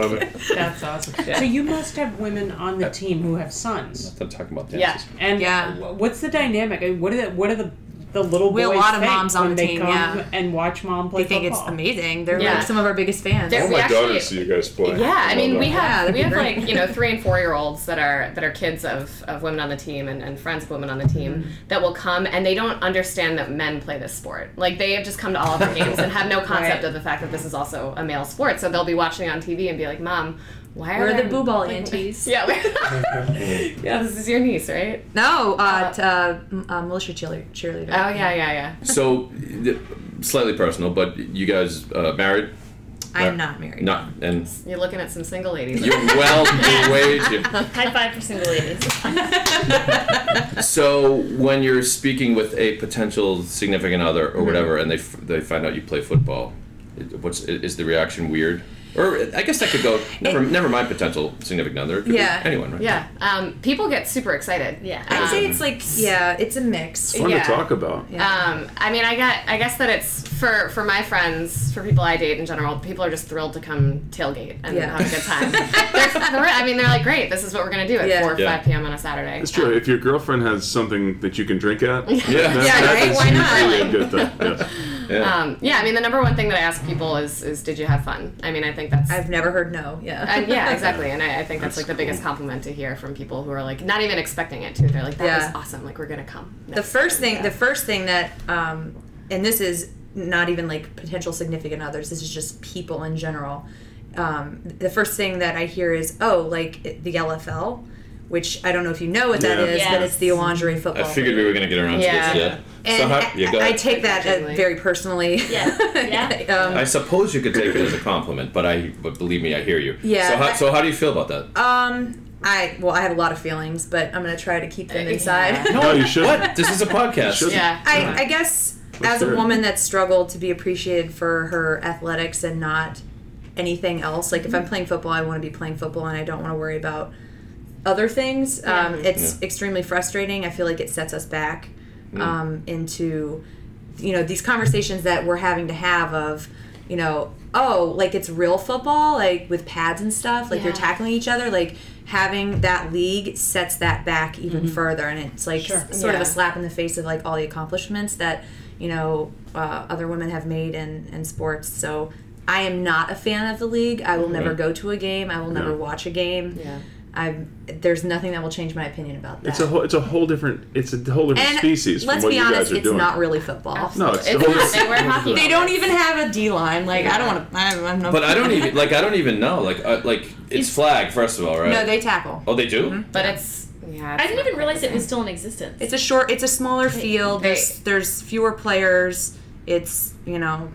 break. (laughs) That's awesome. Yeah. So you must have women on the team who have sons. I'm talking about Yeah, dances. and Yeah. wh- what's the dynamic? I mean, What are the what are the the little We boys have a lot of think moms on when the they team, come yeah. and watch mom play They think it's football? amazing. They're Yeah. like some of our biggest fans. There- All we my actually- daughters see you guys play. Yeah, I mean, Love we that. have that'd we be have great. like you know three and four year olds that are that are kids of, of women on the team and, and friends of women on the team Mm-hmm. that will come and they don't understand that men play this sport. Like they have just come to all of our games and have no concept (laughs) Right. of the fact that this is also a male sport. So they'll be watching on TV and be like, "Mom, why are Where are the there- boo ball (laughs) aunties? Yeah, (laughs) yeah, this is your niece, right? No, uh, t- uh, m- uh, militia cheerleader. cheerleader. Oh yeah, yeah, yeah. So th- slightly personal, but you guys uh, married? I'm not married. Not and You're looking at some single ladies. You're well way too- High five for single ladies. (laughs) (laughs) so when you're speaking with a potential significant other Mm-hmm. or whatever, and they f- they find out you play football, it- what's i- is the reaction weird? Or I guess that could go. Never, never mind potential significant other. It could be Yeah. anyone, right? Yeah, um, people get super excited. Um, Yeah, I'd say it's like yeah, it's a mix. It's fun to talk about. Um, I mean, I got. I guess that it's for for my friends, for people I date in general. People are just thrilled to come tailgate and Yeah. have a good time. they're, thr- I mean, they're like, great. This is what we're gonna do at Yeah. four or Yeah. five p.m. on a Saturday. It's true. If your girlfriend has something that you can drink at, (laughs) Yeah. that, Yeah, that right? is Why not? usually a good thing. (laughs) Yes. Um, yeah, I mean, the number one thing that I ask people is, is did you have fun? I mean, I think that's. I've never heard no, yeah. yeah, exactly. And I, I think that's, That's like the biggest compliment to hear from people who are like, not even expecting it to. They're like, that Yeah. was awesome. Like, we're going to come. the first thing the first thing that um, and this is not even like potential significant others this is just people in general um, the first thing that i hear is oh like the lfl which i don't know if you know what that Yeah. is but Yes. it's the orange Ray football I figured we were gonna get around Oh. Yeah. to this. Yeah. and Somehow- I, yeah, go I ahead. take that uh, very personally yeah, (laughs) um, I suppose you could take it as a compliment, but I, but believe me, I hear you. Yeah, So how, I- so how do you feel about that? um I well, I have a lot of feelings, but I'm gonna try to keep them inside. (laughs) No, you shouldn't. What? This is a podcast. You shouldn't. Uh, Yeah. I, I guess For as sure. a woman that struggled to be appreciated for her athletics and not anything else. Like if I'm playing football, I want to be playing football, and I don't want to worry about other things. Um, it's Yeah. extremely frustrating. I feel like it sets us back Mm. um, into you know these conversations that we're having to have of you know oh like it's real football like with pads and stuff like you're Yeah. tackling each other like having that league sets that back even further and it's like Sure. s- sort of Yeah. a slap in the face of like all the accomplishments that you know uh, other women have made in, in sports so i am not a fan of the league i will never Right. go to a game i will never No. watch a game yeah. I'm, there's nothing that will change my opinion about that It's a whole. It's a whole different. It's a whole different and species Let's from what be you honest, guys are it's doing. not really football. No, it's It's the whole- not. They wear hockey They don't even have a D line. Like I don't want to. I'm not. But I don't even like. I don't even know. Like, uh, like it's flag first of all, right? (laughs) No, they Mm-hmm. tackle. Oh, they do. But it's yeah. I didn't even realize it was still in existence. It's a short. It's a smaller field. There's there's fewer players. It's you know.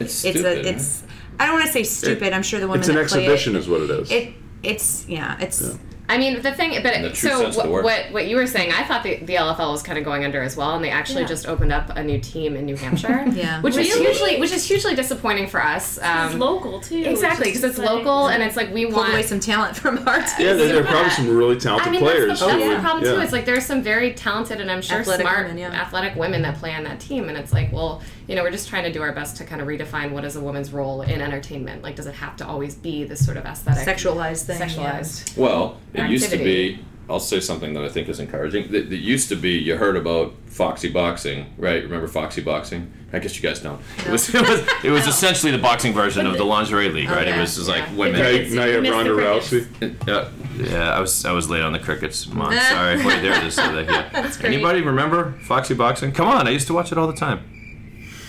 It's stupid, a it's. I don't want to say stupid. I'm sure the women. It's an that play exhibition, It, is what it is. it it's yeah it's. I mean, the thing, In the but true so sense of the wh- word. what? What you were saying, I thought the, the LFL was kind of going under as well, and they actually Yeah. just opened up a new team in New Hampshire, (laughs) Yeah. which is Really? hugely, which is hugely disappointing for us. Um, local too. exactly It's because just it's like- local, and it's like we Pulled want away some talent from our team. yeah, there, there are probably some really talented I mean, players. that's the, that's who the would- problem too. yeah. It's like there's some very talented and I'm sure Athletic smart women, yeah. athletic women that play on that team, and it's like, well, you know, we're just trying to do our best to kind of redefine what is a woman's role in entertainment. Like, does it have to always be this sort of aesthetic, Sexualized thing, yeah. sexualized? (laughs) Well, it used to Activity. be I'll say something that I think is encouraging. That, that used to be you heard about Foxy Boxing, right? Remember Foxy Boxing? I guess you guys don't. It was (laughs) it was, it was essentially the boxing version of the lingerie league, right? It Okay. was just like Yeah. women. Now you- now you have You missed the Ronda crickets. Uh, yeah, I was I was late on the crickets. Come on, sorry. Wait, there it is. So that- yeah. That's great. Anybody remember Foxy Boxing? Come on, I used to watch it all the time.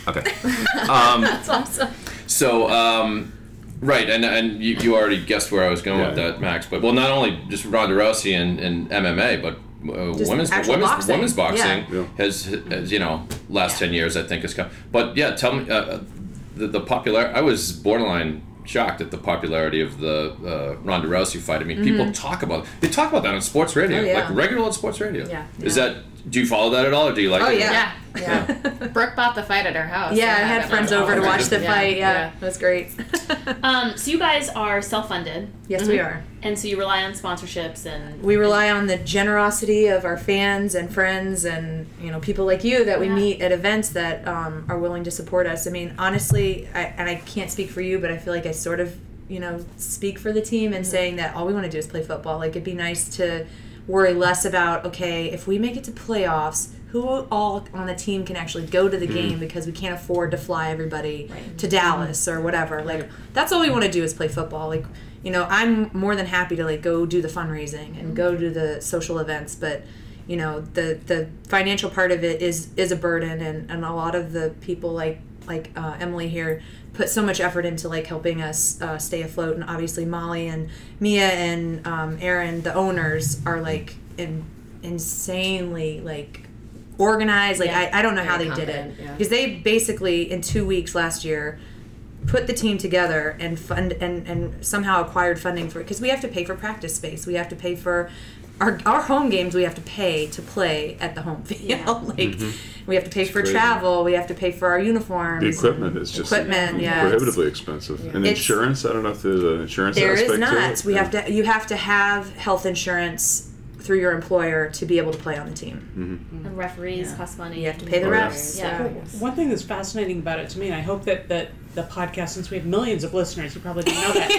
Okay. Um, That's awesome. So, um, right, and and you, you already guessed where I was going with that, Max. But well, not only just Ronda Rousey and, and MMA, but uh, Just women's actual women's boxing. women's boxing Yeah. has, has you know last ten years I think has come. But yeah, tell me uh, the the popular. I was borderline shocked at the popularity of the uh, Ronda Rousey fight. I mean, people Mhm. talk about they talk about that on sports radio, Mm-hmm. Oh, yeah. like regular on sports radio. Yeah. Is that do you follow that at all, or do you like? oh it? yeah, yeah. Brooke bought the fight at her house. Yeah, I had friends over to watch the fight. Yeah, it was great. Um, so you guys are self-funded. Yes, mhm. we are. And so you rely on sponsorships and We rely on the generosity of our fans and friends and you know people like you that we meet at events that um, are willing to support us. I mean, honestly, I, and I can't speak for you, but I feel like I sort of you know speak for the team in saying that all we want to do is play football. Like it'd be nice to worry less about okay if we make it to playoffs. Who all on the team can actually go to the Mhm. game because we can't afford to fly everybody to Dallas or whatever. Like that's all we want to do is play football. Like you know i'm more than happy to like go do the fundraising and go do the social events but you know the the financial part of it is is a burden and and a lot of the people like like uh, emily here put so much effort into like helping us uh, stay afloat and obviously molly and mia and um, aaron the owners are like in, insanely like organized like Yeah, I, I don't know how they very did it competent, yeah. because they basically in two weeks last year put the team together and fund and, and somehow acquired funding for it because we have to pay for practice space we have to pay for our, our home games we have to pay to play at the home field (laughs) like we have to pay for Mm-hmm. crazy. travel we have to pay for our uniforms The equipment is just Equipment, yeah. prohibitively expensive. And It's- insurance, I don't know if there's an insurance there aspect is to not it. we have to you have to have health insurance through your employer to be able to play on the team Mm-hmm. and referees cost money. You have to pay the Oh, yeah. refs, Yeah. yeah. One thing that's fascinating about it to me, and I hope that, that the podcast, since we have millions of listeners, you probably didn't know that,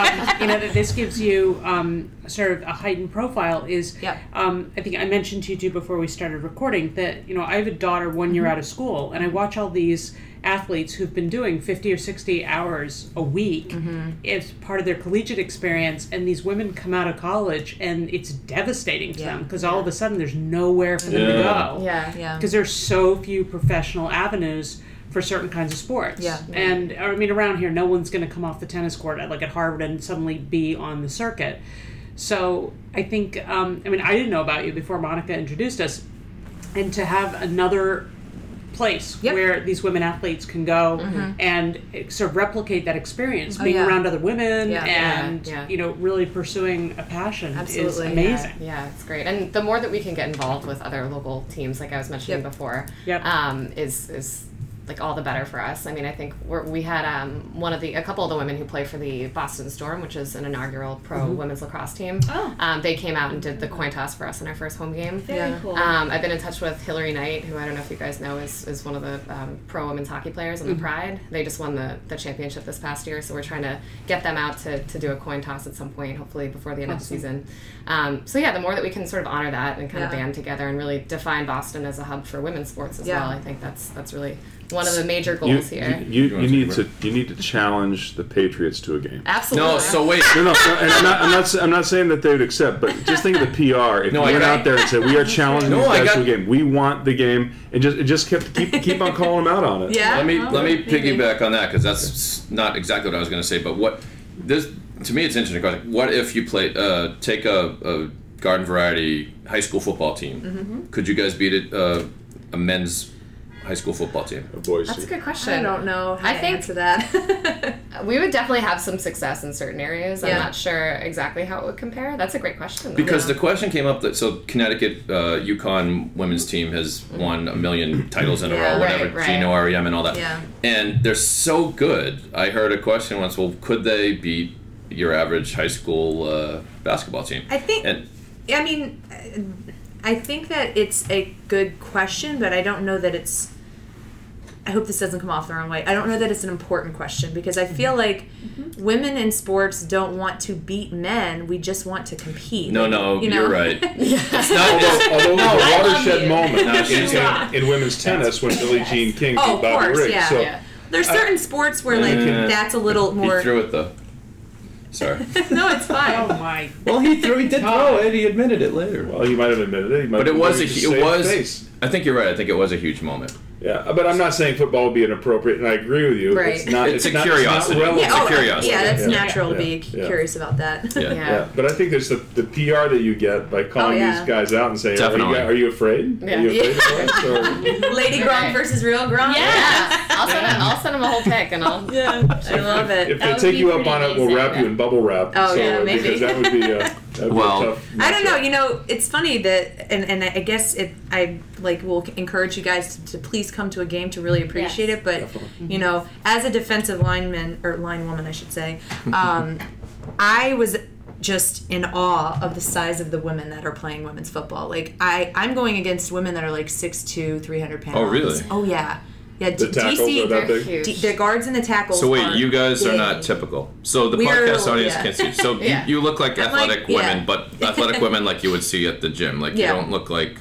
um, you know, that this gives you um, sort of a heightened profile is, um, I think I mentioned to you too before we started recording that, you know, I have a daughter one year Mm-hmm. Mhm. out of school, and I watch all these athletes who've been doing 50 or 60 hours a week Mm-hmm. as part of their collegiate experience, and these women come out of college, and it's devastating to them because all of a sudden there's nowhere for them to Yeah. go yeah yeah because there's so few professional avenues for certain kinds of sports. Yeah. And I mean, around here, no one's going to come off the tennis court at like at Harvard and suddenly be on the circuit. So I think, um, I mean, I didn't know about you before Monica introduced us, and to have another place where these women athletes can go Mhm. and eh, sort of replicate that experience, Oh, being yeah. around other women Yeah. Yeah, and yeah. you know really pursuing a passion Absolutely. is amazing. Yeah, yeah, it's great. And the more that we can get involved with other local teams, like I was mentioning before, Yep. um, is is like all the better for us. I mean, I think we're, we had um, one of the a couple of the women who play for the Boston Storm, which is an inaugural pro Mhm. women's lacrosse team. Oh. Um, they came out and did the coin toss for us in our first home game. Very Yeah. cool. Um, I've been in touch with Hillary Knight, who I don't know if you guys know is, is one of the um, pro women's hockey players in Mhm. the Pride. They just won the, the championship this past year, so we're trying to get them out to, to do a coin toss at some point, hopefully before the end of the Awesome. season. Um, so yeah, the more that we can sort of honor that and kind of Yeah. band together and really define Boston as a hub for women's sports as Yeah. well, I think that's that's really one of the major You, goals here. you, you, you need to you need to challenge the Patriots to a game. Absolutely. No, so wait. No, no, no, and I'm not, I'm not. sa- I'm not saying that they would accept, but just think of the PR. If No, you I went got- out there and said, "We are challenging No, these I guys got- to a game. We want the game," and just it just kept keep keep on calling them out on it. Let Uh-huh. me let me piggyback on that because that's s- not exactly what I was going to say. But what this to me it's an interesting question. What if you play uh, take a, a garden variety high school football team? Mm-hmm. Mhm. Could you guys beat a, uh, a men's high school football team? A boys. That's a good question. I don't know how I to think- answer that. (laughs) we would definitely have some success in certain areas. Yeah. I'm not sure exactly how it would compare. That's a great question. though. Because the question came up that so Connecticut uh, UConn women's team has won a million titles in a Yeah, row, whatever right, right. Gino REM and all that, Yeah. and they're so good. I heard a question once: Well, could they beat your average high school uh, basketball team? I think- And I mean, I think that it's a good question, but I don't know that it's I hope this doesn't come off the wrong way. I don't know that it's an important question because I Mm-hmm. feel like women in sports don't want to beat men. We just want to compete. No, no, You know? you're (laughs) right. It's not just- although, although No, I it love was a watershed you. moment No, she's in, not. in, in women's tennis when Billie Jean King oh, beat of Bobby course, Riggs. yeah. so There's I- certain sports where like Yeah. that's a little more. He threw it though. Sorry. (laughs) no, it's fine. Oh my. (laughs) Well, he threw. He did throw it. He admitted it later. Well, you might have admitted it. You might But it have was a. just hu- saved It was. face. I think you're right. I think it was a huge moment. Yeah, but I'm not saying football would be inappropriate, and I agree with you. Right. It's not. It's It's, a not, curiosity. It's, not yeah, relevant. oh, yeah, that's natural to be Yeah. curious about that. Yeah. but I think there's the, the PR that you get by calling Oh, yeah. these guys out and saying, are you, Definitely. guys- are you afraid? Yeah. Are you afraid Yeah. of us? (laughs) Or- Lady Grom versus real Grom. Yeah. I'll send him. I'll send him a whole pic, and I'll. Yeah. I love it. If they take you up on it, we'll wrap you in bubble wrap. so, Oh, yeah, maybe. Because that would be, uh, that (laughs) would Well- be a tough. I don't know. You know, it's funny that, and, and I guess it. I like will encourage you guys to, to please come to a game to really appreciate it. But you know, as a defensive lineman or line woman, I (laughs) should say, um, I was just in awe of the size of the women that are playing women's football. Like I, I'm going against women that are like 6'2", 300 pounds. Oh, really? Oh yeah, yeah. The tackles DC, are that they're big? huge. D- the guards and the tackles. So wait, are you guys are big. not typical. So the We're a podcast little- audience yeah. can't see. (laughs) So you- Yeah. you, look like I'm like, athletic yeah. women, (laughs) but athletic women like you would see at the gym. Like Yeah. you don't look like.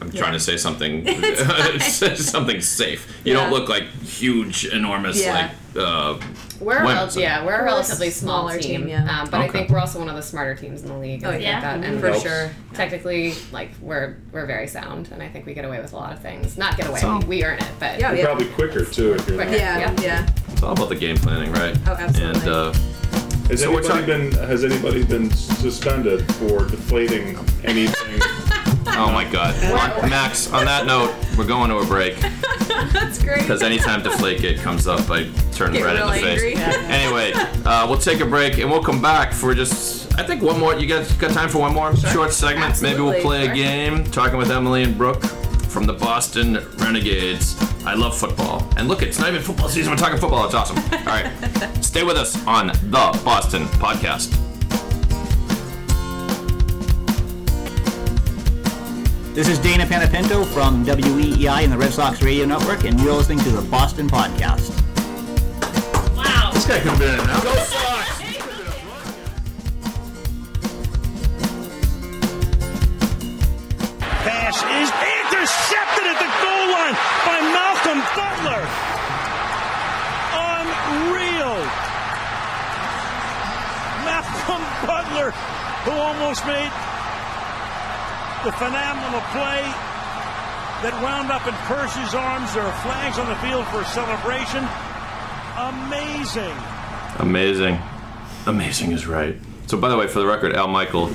I'm Yeah. trying to say something. (laughs) (laughs) It's something safe. You don't Yeah. look like huge, enormous, Yeah. like. Uh, We're a women. rel- yeah, we're a We're a relatively small smaller team, team, yeah. um, but I Okay. think we're also one of the smarter teams in the league. Oh, and I think yeah. that- Mhm. and For we're sure. Technically, like we're we're very sound, and I think we get away with a lot of things. Not get away, So- we, we earn it, but Yeah, You're yeah. probably quicker, too, if you're Quicker. not. Yeah, yeah. It's all about the game planning, right? Oh, absolutely. And uh, Has So we're anybody been Has anybody been suspended for deflating anything? oh my God, On- Max. On that note, we're going to a break (laughs) That's great. because anytime Deflategate comes up, I turn Get red in real the face. angry. Yeah. Anyway, uh, we'll take a break and we'll come back for just I think one more. You guys got time for one more short segment? Maybe we'll Absolutely. play Sure. a game. Talking with Emily and Brooke from the Boston Renegades. I love football. And look, it's not even football season. We're talking football. It's awesome. All (laughs) right, stay with us on the Boston Podcast. This is Dana Panapinto from WEEI and the Red Sox Radio Network, and you're listening to the Boston Podcast. Wow. This guy could have been in now. Go Sox! Pass is intercepted at the goal line by Malcolm Butler. Unreal. Malcolm Butler, who almost made the phenomenal play that wound up in Percy's arms. There are flags on the field for a celebration. Amazing. Amazing. Amazing is right. So, by the way, for the record, Al Michael,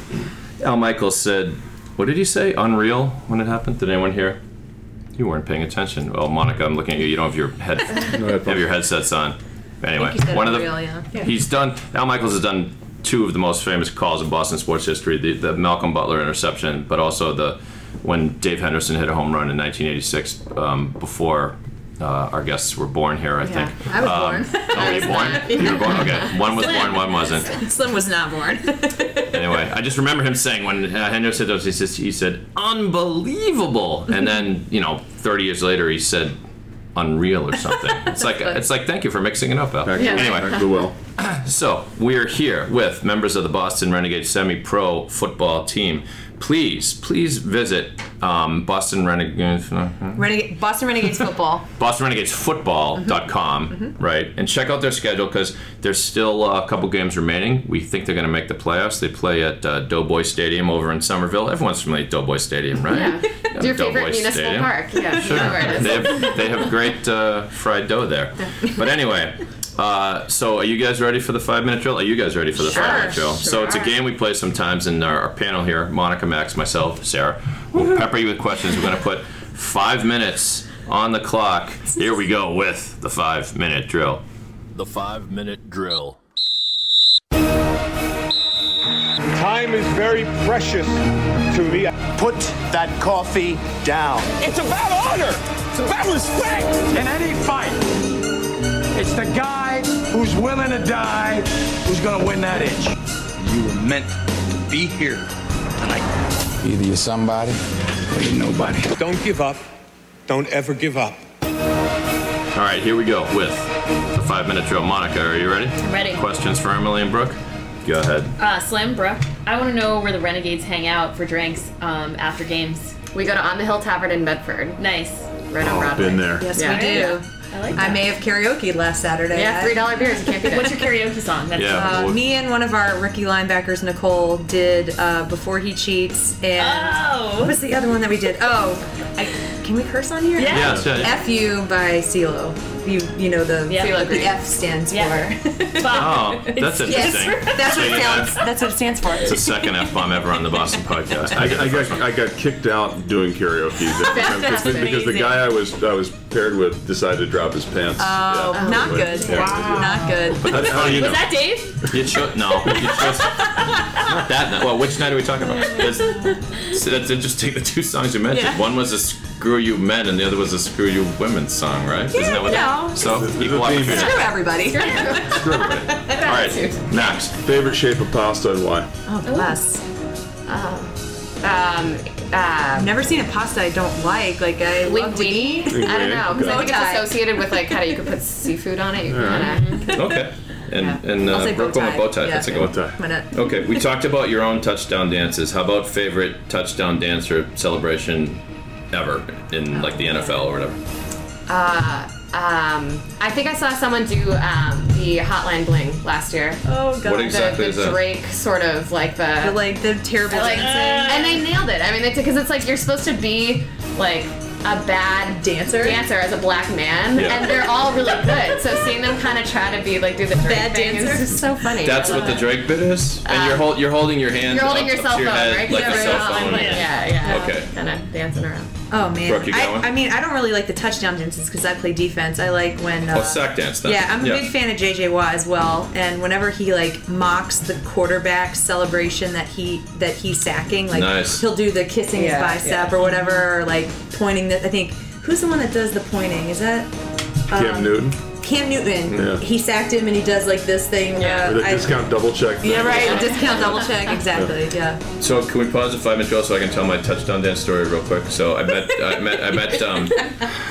Al Michael said, "What did he say? Unreal when it happened? Did anyone hear? You weren't paying attention. Well, Monica, I'm looking at you. You don't have your (laughs) head, have your headsets on. Anyway, You said one of the unreal, yeah. he's done. Al Michaels has done two of the most famous calls in Boston sports history: the, the Malcolm Butler interception, but also the when Dave Henderson hit a home run in 1986 um, before. Uh, our guests were born here, I Yeah. think. I was Um, born. Oh, I (laughs) were you was born? not. You were born? (laughs) Okay. One was Slim. born, one wasn't. Slim was not (laughs) born. Anyway, I just remember him saying when uh, Hendo said those, he, says, he said, unbelievable. And then, you know, 30 years later, he said, unreal or (laughs) something. It's like, it's like thank you for mixing it up, Al. Back to- (laughs) anyway, back to Will. so we're here with members of the Boston Renegade Semi Pro football team. Please, please visit um, Boston Renegades. Renegade, Boston Renegades football. Mm-hmm. BostonRenegadesFootball.com, right? And check out their schedule because there's still uh, a couple games remaining. We think they're going to make the playoffs. They play at uh, Doughboy Stadium over in Somerville. Everyone's familiar with Doughboy Stadium, right? Yeah. (laughs) Yeah, Your favorite Doughboy municipal Stadium. park. Yeah, Sure. where it is. they, have, they have great uh, fried dough there. But anyway, uh, so are you guys ready for the five minute drill? Are you guys ready for the Sure, five minute drill? So it's a sure. game we play sometimes, and our, our panel here, Monica, Max, myself, Sarah, will pepper you with questions. We're going to put five minutes on the clock. Here we go with the five minute drill. The five minute drill. Time is very precious to me. Put that coffee down. It's about honor. It's about respect. In any fight, it's the guy who's willing to die who's going to win that itch. You were meant to be here tonight. Either you're somebody or you're nobody. Don't give up. Don't ever give up. All right, here we go with the five minute drill. Monica, are you ready? I'm ready. Questions for Emily and Brooke? Go ahead. Uh, Slim, Brooke, I want to know where the Renegades hang out for drinks um, after games. We go to On the Hill Tavern in Medford. Nice. Right on Broadway. Been there. Yes, Yeah. we do. I like I may have karaoke last Saturday. Yeah, $3 beers, you can't beat it. What's your karaoke song? That's Yeah, Uh, well- me and one of our rookie linebackers, Nicole, did uh, Before He Cheats, and oh. what was the other one that we did? Oh, I, can we curse on here? Yeah. Yes, yeah. F you by CeeLo. You you know the Yeah. CeeLo the Green. F stands for. (laughs) Oh, that's Yes, interesting. (laughs) that's what Say it sounds. that. That's what it stands for. It's the second F bomb ever on the Boston podcast. I, I got I got kicked out doing karaoke (laughs) that time, 'cause- That's because the amazing. guy I was I was paired with decided to drop his pants. Oh, Yeah. not Yeah. good. Yeah. Oh, Not good. But that's how you know. Was that Dave? It should no. It just not that night. Well, which night are we talking about? That's, so that's interesting. The two songs you mentioned. Yeah. One was a "Screw You Men" and the other was a "Screw You Women" song, right? Yeah, Isn't that what? no. So equal (laughs) opportunity. (laughs) Screw everybody. All right, next. Favorite shape of pasta and why? Oh, bless. Um, uh, I've never seen a pasta I don't like. Like I love Linguine? to eat. I don't know, because I think Okay. it's associated with like how you could put seafood on it. You All right. kind Okay. And and I'll uh, say Brooke bow went with bow tie. tie. That's a Yeah. good Oh, Bow tie. Why not? Okay, we talked about your own touchdown dances. How about favorite touchdown dance or celebration ever in like the Oh, NFL or whatever? Uh, um, I think I saw someone do um, the Hotline Bling last year. Oh God. What exactly the, is the that? Drake sort of like the, The, like the terrible like, dancing. and they nailed it. I mean, because it's like you're supposed to be like a bad Dancer? dancer as a black man, Yeah. and they're all really good. So seeing them kind of try to be like do the Drake Bad thing dancer? is just so funny. That's I what love the it. Drake bit is, and you're hold, you're holding your hand. uh, You're holding up, your up cell to your phone, head, right? Like a You're cell right phone. on, yeah, yeah. Okay. Kind of dancing around. Oh man, Brooke, you got I, one? I mean, I don't really like the touchdown dances because I play defense. I like when. Uh, Oh, sack dance. Then. yeah, I'm a big fan of JJ Watt as well, and whenever he like mocks the quarterback celebration that he that he's sacking, like Nice. he'll do the kissing Yeah, his bicep yeah. or whatever, or like pointing. The, I think who's the one that does the pointing? Is that Um, Cam Newton. Cam Newton? Yeah. He sacked him, and he does like this thing. Or Yeah, the discount double check. yeah, thing. right. a discount double check, exactly. Yeah. So can we pause the five minute drill so I can tell my touchdown dance story real quick? So I met I met I met um,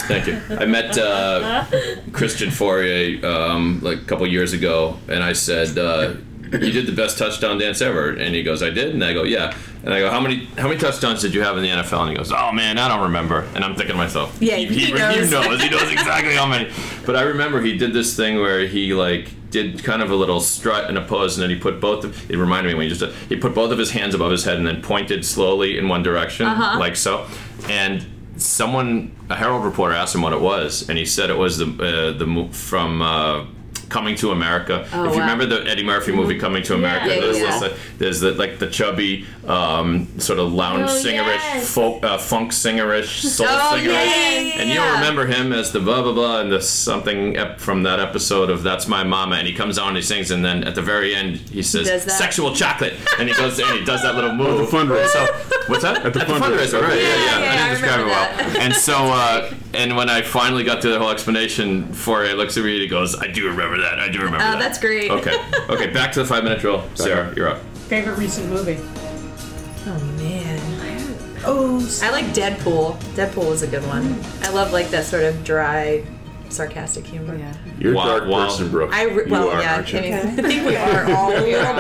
thank you. I met uh, Christian Fourier um, like a couple years ago, and I said uh, you did the best touchdown dance ever, and he goes I did, and I go yeah, and I go how many how many touchdowns did you have in the NFL? And he goes oh man I don't remember, and I'm thinking to myself Yeah, he, he he knows. knows he knows exactly how many. But I remember he did this thing where he like did kind of a little strut and a pose, and then he put both. Of, it reminded me when he just he put both of his hands above his head and then pointed slowly in one direction, Uh-huh. like so. And someone, a Herald reporter, asked him what it was, and he said it was the uh, the mo- from. Uh, Coming to America. Oh, if you wow. Mm-hmm. remember the Eddie Murphy movie Coming to America, Yeah, there's, yeah. This, uh, there's the like the chubby, um, sort of lounge Oh, singerish, yes. folk, uh, funk singerish, soul (laughs) Oh, singerish, yeah, and you yeah. don't remember him as the blah blah blah and the something ep- from that episode of That's My Mama, and he comes on and he sings, and then at the very end he says does that. "sexual chocolate," and he goes and he does that little move. the fundraiser. So what's that? At the fundraiser. right? Yeah, Yeah, yeah. yeah, I I didn't describe it remember well. (laughs) And so, uh, and when I finally got through the whole explanation, Fourier looks at me and he goes, "I do remember that. I do remember Oh, that." that's great. Okay, okay. Back to the five minute drill. Sarah, you're up. Favorite recent movie? Oh man. Oh, I like Deadpool. Deadpool was a good one. I love like that sort of dry, sarcastic humor. Yeah. You're a Wow, dark wow. person, Brooke. I re- You well, are, yeah. aren't you? I, mean, I think we are all a little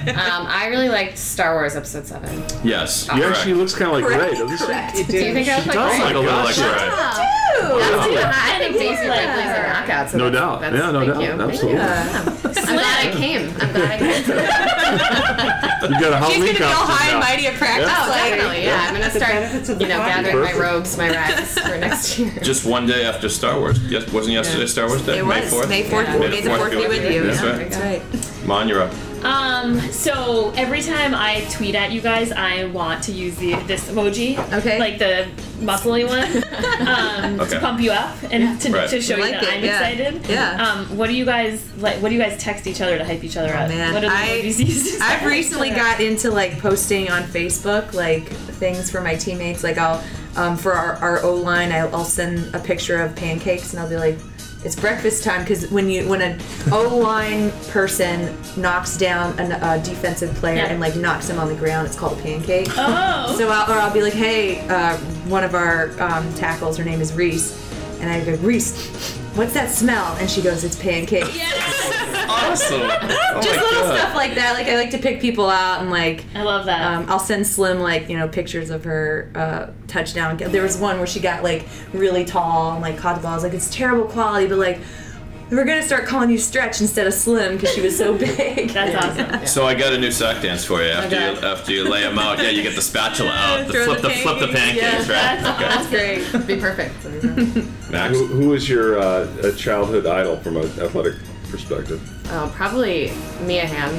bit. Um, I really liked Star Wars Episode Seven. Yes. Yeah, correct. she looks kind of like Correct, (laughs) Ray, doesn't she? correct. Do you think I was like? does Ray? Like a little like Gosh. Ray. That's too Yeah. high. I think Daisy Yeah. Ridley's a knockout. So No that's- doubt. That's, Yeah, no thank doubt. You. Absolutely. I'm glad I came. I'm glad (laughs) I came. You got a hot She's gonna week be all out high now. and mighty at practice. Oh, like, definitely. Yeah, I'm gonna benefits of start. the You know, podcast. gathering my Perfect. robes, my rags for (laughs) next year. Just one day after Star Wars. Yes, wasn't yesterday Star Wars Day? It May was. 4th? May 4th. Yeah. May the 4th be with you. That's Yeah, right. That's right. Mon, you're up. Um, so every time I tweet at you guys, I want to use the this emoji. Okay. Like the muscly one um, Okay. to pump you up and to, Right. to show I you like that it, I'm yeah. excited. Yeah. Um, what do you guys like? What do you guys text each other to hype each other Oh, up? Man, What are the I, emojis you use? I've recently got into like posting on Facebook like things for my teammates. Like I'll um, for our, our O line, I'll I'll send a picture of pancakes and I'll be like, "It's breakfast time." Because when you (laughs) when an O line person knocks down an- a defensive player Yeah. and like knocks him on the ground, it's called a pancake. Oh. So I'll, or I'll be like, hey, uh, one of our um, tackles, her name is Reese, And I go, Reese, what's that smell? And she goes, it's pancakes. Awesome. Oh Just my little God. stuff like that. Like I like to pick people out and like. I love that. Um, I'll send Slim like you know pictures of her uh, touchdown. There was one where she got like really tall and like caught the ball. I was like, it's terrible quality, but like. We're gonna start calling you Stretch instead of Slim because she was so (laughs) big. That's awesome. So I got a new sock dance for you. After Okay. you after you lay them out, yeah, you get the (laughs) spatula out, the Oh Throw flip the the, flip the pancakes, right? That's great. Be perfect. Who, who was your uh, a childhood idol from an athletic perspective? Oh, probably Mia Hamm.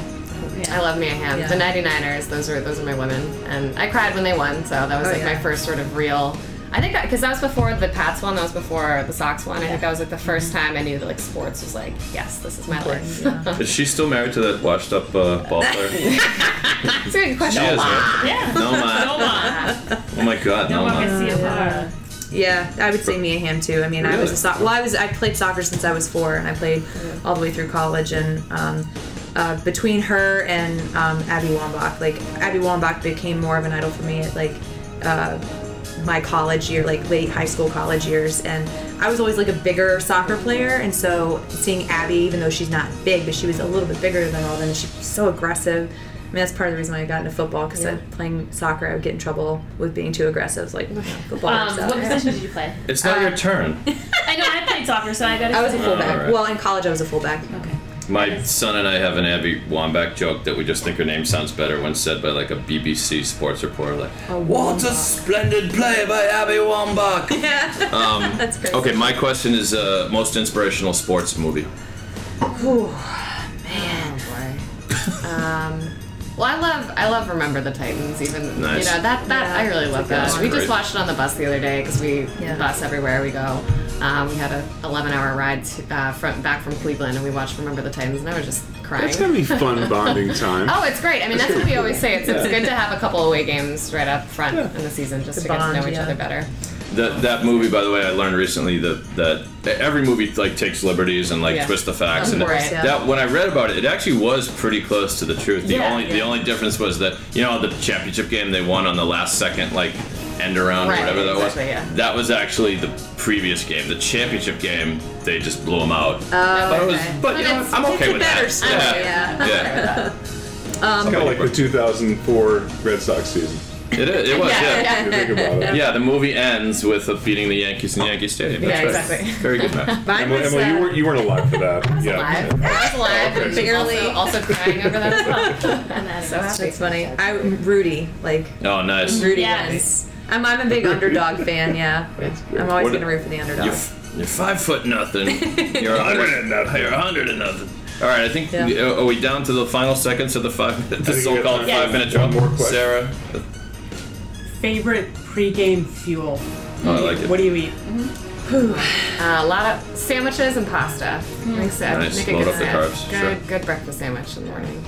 I love Mia Hamm. Yeah. The 99ers, those are those are my women. And I cried when they won, so that was Oh, like yeah. my first sort of real I think because that was before the Pats one, that was before the Sox one. I think that was like the first Mm-hmm. time I knew that like sports was like, yes, this is my life. Is she still married to that washed up uh, ball (laughs) player? It's a good question. She is, right? Yeah. No, ma. No, ma. Oh my god, no, no, yeah. Yeah, I would say Mia Hamm too. I mean, I was a so- well, I was I played soccer since I was four, and I played all the way through college. And um, uh, between her and um, Abby Wambach, like Abby Wambach became more of an idol for me at like uh, my college year, like late high school college years. And I was always like a bigger soccer player, and so seeing Abby, even though she's not big, but she was a little bit bigger than all of them. She's so aggressive. I mean, that's part of the reason why I got into football because playing soccer, I would get in trouble with being too aggressive. It's Like you know, football. Um, works out. what position did you play? It's not your turn. I know I played soccer, so I got. I was a Oh, fullback. alright. Well, in college, I was a fullback. My son and I have an Abby Wambach joke that we just think her name sounds better when said by like a BBC sports reporter. Like, What a splendid play by Abby Wambach! Yeah. um, That's great. okay, my question is uh, most inspirational sports movie. Ooh, man. (laughs) um, well, I love I love Remember the Titans. Even Nice. you know that that I really love That's that. We great. just watched it on the bus the other day because we bus everywhere we go. Um, we had a 11 hour ride to, uh, from, back from Cleveland and we watched Remember the Titans and I was just crying. That's gonna be (laughs) fun bonding time. Oh, it's great. I mean, That's gonna that's, what we be always cool. say. It's, it's Yeah. good to have a couple away games right up front in the season just To to, get to bond, know each yeah. other better. That that movie, by the way, I learned recently that that every movie like takes liberties and like Yeah. twists the facts. Of and course, yeah. that when I read about it, it actually was pretty close to the truth. The Yeah, only the yeah. only difference was that you know the championship game they won on the last second like end around Right, or whatever that exactly, was. yeah. That was actually the previous game. The championship game they just blew them out. Oh, but it was, okay. but you know, It's- I'm it's okay a with better that. story, yeah. yeah. Um, kind of like the 2004 Red Sox season. It is. It was. Yeah. Yeah. If you think about it. (laughs) Yeah, The movie ends with uh, beating the Yankees in Yankee Stadium. Yeah, That's right. exactly. Very good match. Mine Emily, was, Emily, you uh, weren't you weren't alive for that. yeah. I was (laughs) alive Okay. and barely also, also crying over that (laughs) as well. so happy. That's funny. I Rudy, like Oh, nice. Rudy. Yes. I'm, I'm (laughs) a big underdog fan. Yeah. I'm always What- gonna root for the underdog. You're, f- you're five foot (laughs) nothing. You're a hundred and nothing. You're a hundred and nothing. All right, I think Yeah. we- uh, are we down to the final seconds of the five, (laughs) the think we got so-called time for five-minute one drill? more question. Sarah, Favorite pregame fuel? Oh, I like it. What do you eat? Uh, a lot of sandwiches and pasta. Makes sense. Nice. Make a Load good up the sandwich. carbs, Good, sure. good breakfast sandwich in the morning.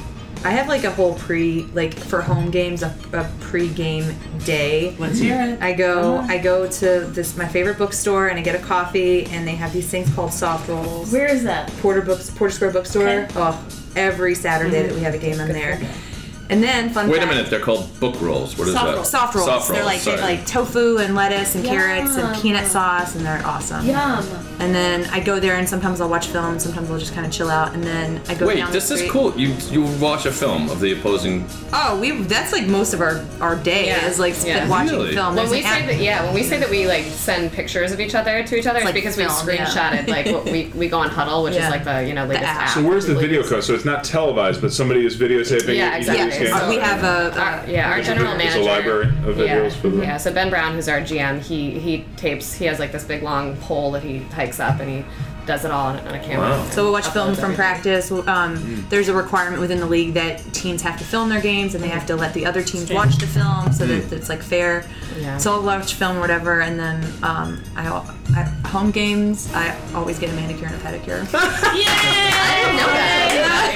I have like a whole pre like for home games a, a pre-game day. Mm-hmm. Let's hear it. I go Mm-hmm. Come on. I go to this my favorite bookstore and I get a coffee and they have these things called soft rolls. Where is that? Porter Books Porter Square Bookstore. Okay. Mm-hmm. Oh, every Saturday that we have a game in there. And then fun wait a fact- minute. They're called book rolls. What is soft that? rolls. Soft rolls. Soft rolls. They're like sorry. they're like tofu and lettuce and carrots and Yum. peanut sauce, and they're awesome. Yum. And then I go there, and sometimes I'll watch film, sometimes I'll just kind of chill out, and then I go. Wait, down this the is street. cool. You you watch a film of the opposing. Oh, we that's like most of our our day is like spent Yeah. watching Really? film. When There's we an say app- that, yeah, when we say that we like send pictures of each other to each other, it's, like because film, we yeah. screenshotted like what we we go on Huddle, which Yeah. is like the you know latest app. So where's the video code? So it's not televised, but somebody is videotaping. Yeah, it, you do this exactly. game. So- Uh, we have a, Our- yeah, our There's a- general there's manager. a library of videos yeah. for them. Yeah, so Ben Brown, who's our GM, he he tapes. He has like this big long pole that he hikes up, and he does it all on, on a camera. Wow. So we'll watch Uploads film from everything. practice. We'll- Um, There's a requirement within the league that teams have to film their games and they have to let the other teams watch the film so that it's like fair. Yeah. So I'll watch film or whatever, and then um, I al- at home games I always get a manicure and a pedicure. I didn't know that.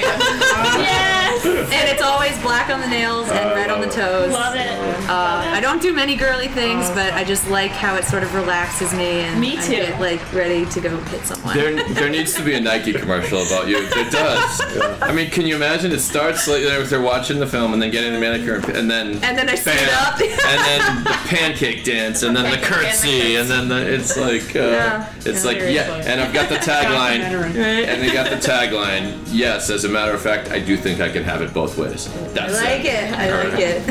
yes. and it's always black on the nails and I red on the love it. toes. Love it. Uh, I don't do many girly things, but I just like how it sort of relaxes me and Me I too. get like ready to go hit someone. There, there needs to be a Nike commercial about you. There does. I mean, can you imagine? It starts like they're, they're watching the film and then getting the manicure and, and then And then I sit bam, up. and then the pancake dance and then the curtsy and then the, it's like uh, Yeah. it's Yeah, like yeah. seriously. And I've got (laughs) the tagline. Documentary. And they got the tagline. Yes, as a matter of fact, I do think I can have it both ways. I That's like it. I like (laughs) it.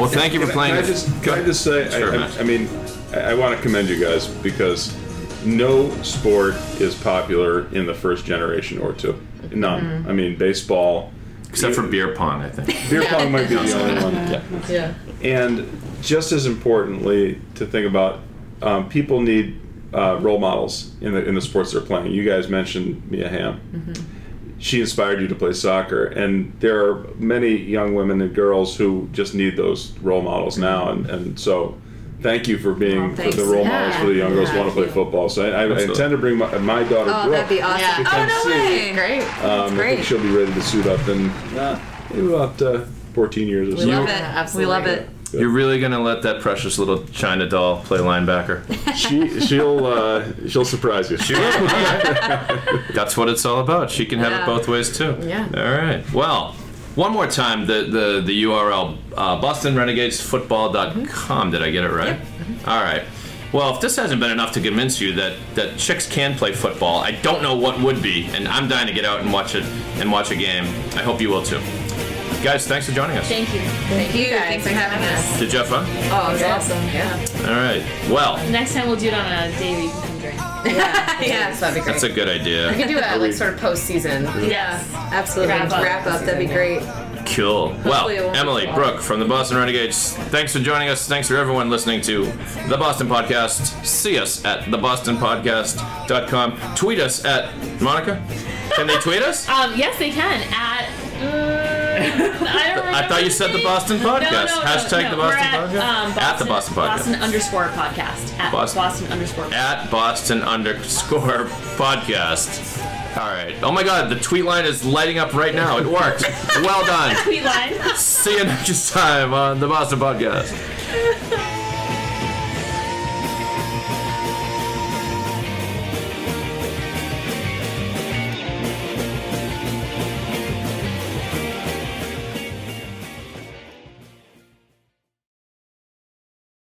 Well, thank you for Can I- playing Can I this. just, can I just say, I- I, I mean, I, I want to commend you guys because no sport is popular in the first generation or two. None. Mhm. Mm-hmm. I mean, baseball. Except for beer pong, I think. Beer pong might be the (laughs) only one. Yeah. And just as importantly, to think about, um, people need uh, role models in the in the sports they're playing. You guys mentioned Mia Hamm. Mm-hmm. She inspired you to play soccer, and there are many young women and girls who just need those role models now. And, and so, thank you for being Oh, for thanks. the role Yeah. models for the young girls who Yeah. want to play football. So I, I Absolutely. intend to bring my, my daughter Oh, Brooke. that'd be awesome. to come Oh, see. no way. Great. Uh, Um, I great. think she'll be ready to suit up in uh, maybe about uh, 14 years or so. We love it. You're really gonna let that precious little China doll play linebacker? She she'll uh, she'll surprise you. She will. That's what it's all about. She can have Yeah. it both ways too. Yeah. All right. Well, one more time the the the URL uh, BostonRenegadesFootball.com. Did I get it right? Mm-hmm. All right. Well, if this hasn't been enough to convince you that, that chicks can play football, I don't know what would be, and I'm dying to get out and watch it and watch a game. I hope you will too. Guys, thanks for joining us. Thank you. Thank you. Thanks for having us. Did you have fun? Oh, it was awesome. Yeah. All right. Well, Next time we'll do it on a day we can come drink. Yeah. yes, that'd be great. that's a good idea. we could do a like sort of postseason. Yes, absolutely. Wrap up. that'd be great. Cool. Well, Hopefully it won't Emily, be long. Brooke from the Boston Renegades, thanks for joining us. Thanks for everyone listening to the Boston Podcast. See us at thebostonpodcast.com. Tweet us at Monica. Can they (laughs) tweet us? Um, yes, they can at. Uh, I don't remember I thought you said the Boston No, Podcast. no, no, Hashtag no. the We're Boston at, Podcast. um, at the Boston Podcast. Boston underscore podcast. At Boston. Boston, underscore. At Boston underscore podcast. All right. Oh my God, the tweet line is lighting up (laughs) right now. It worked. well done. Tweet line. See you next time on the Boston Podcast.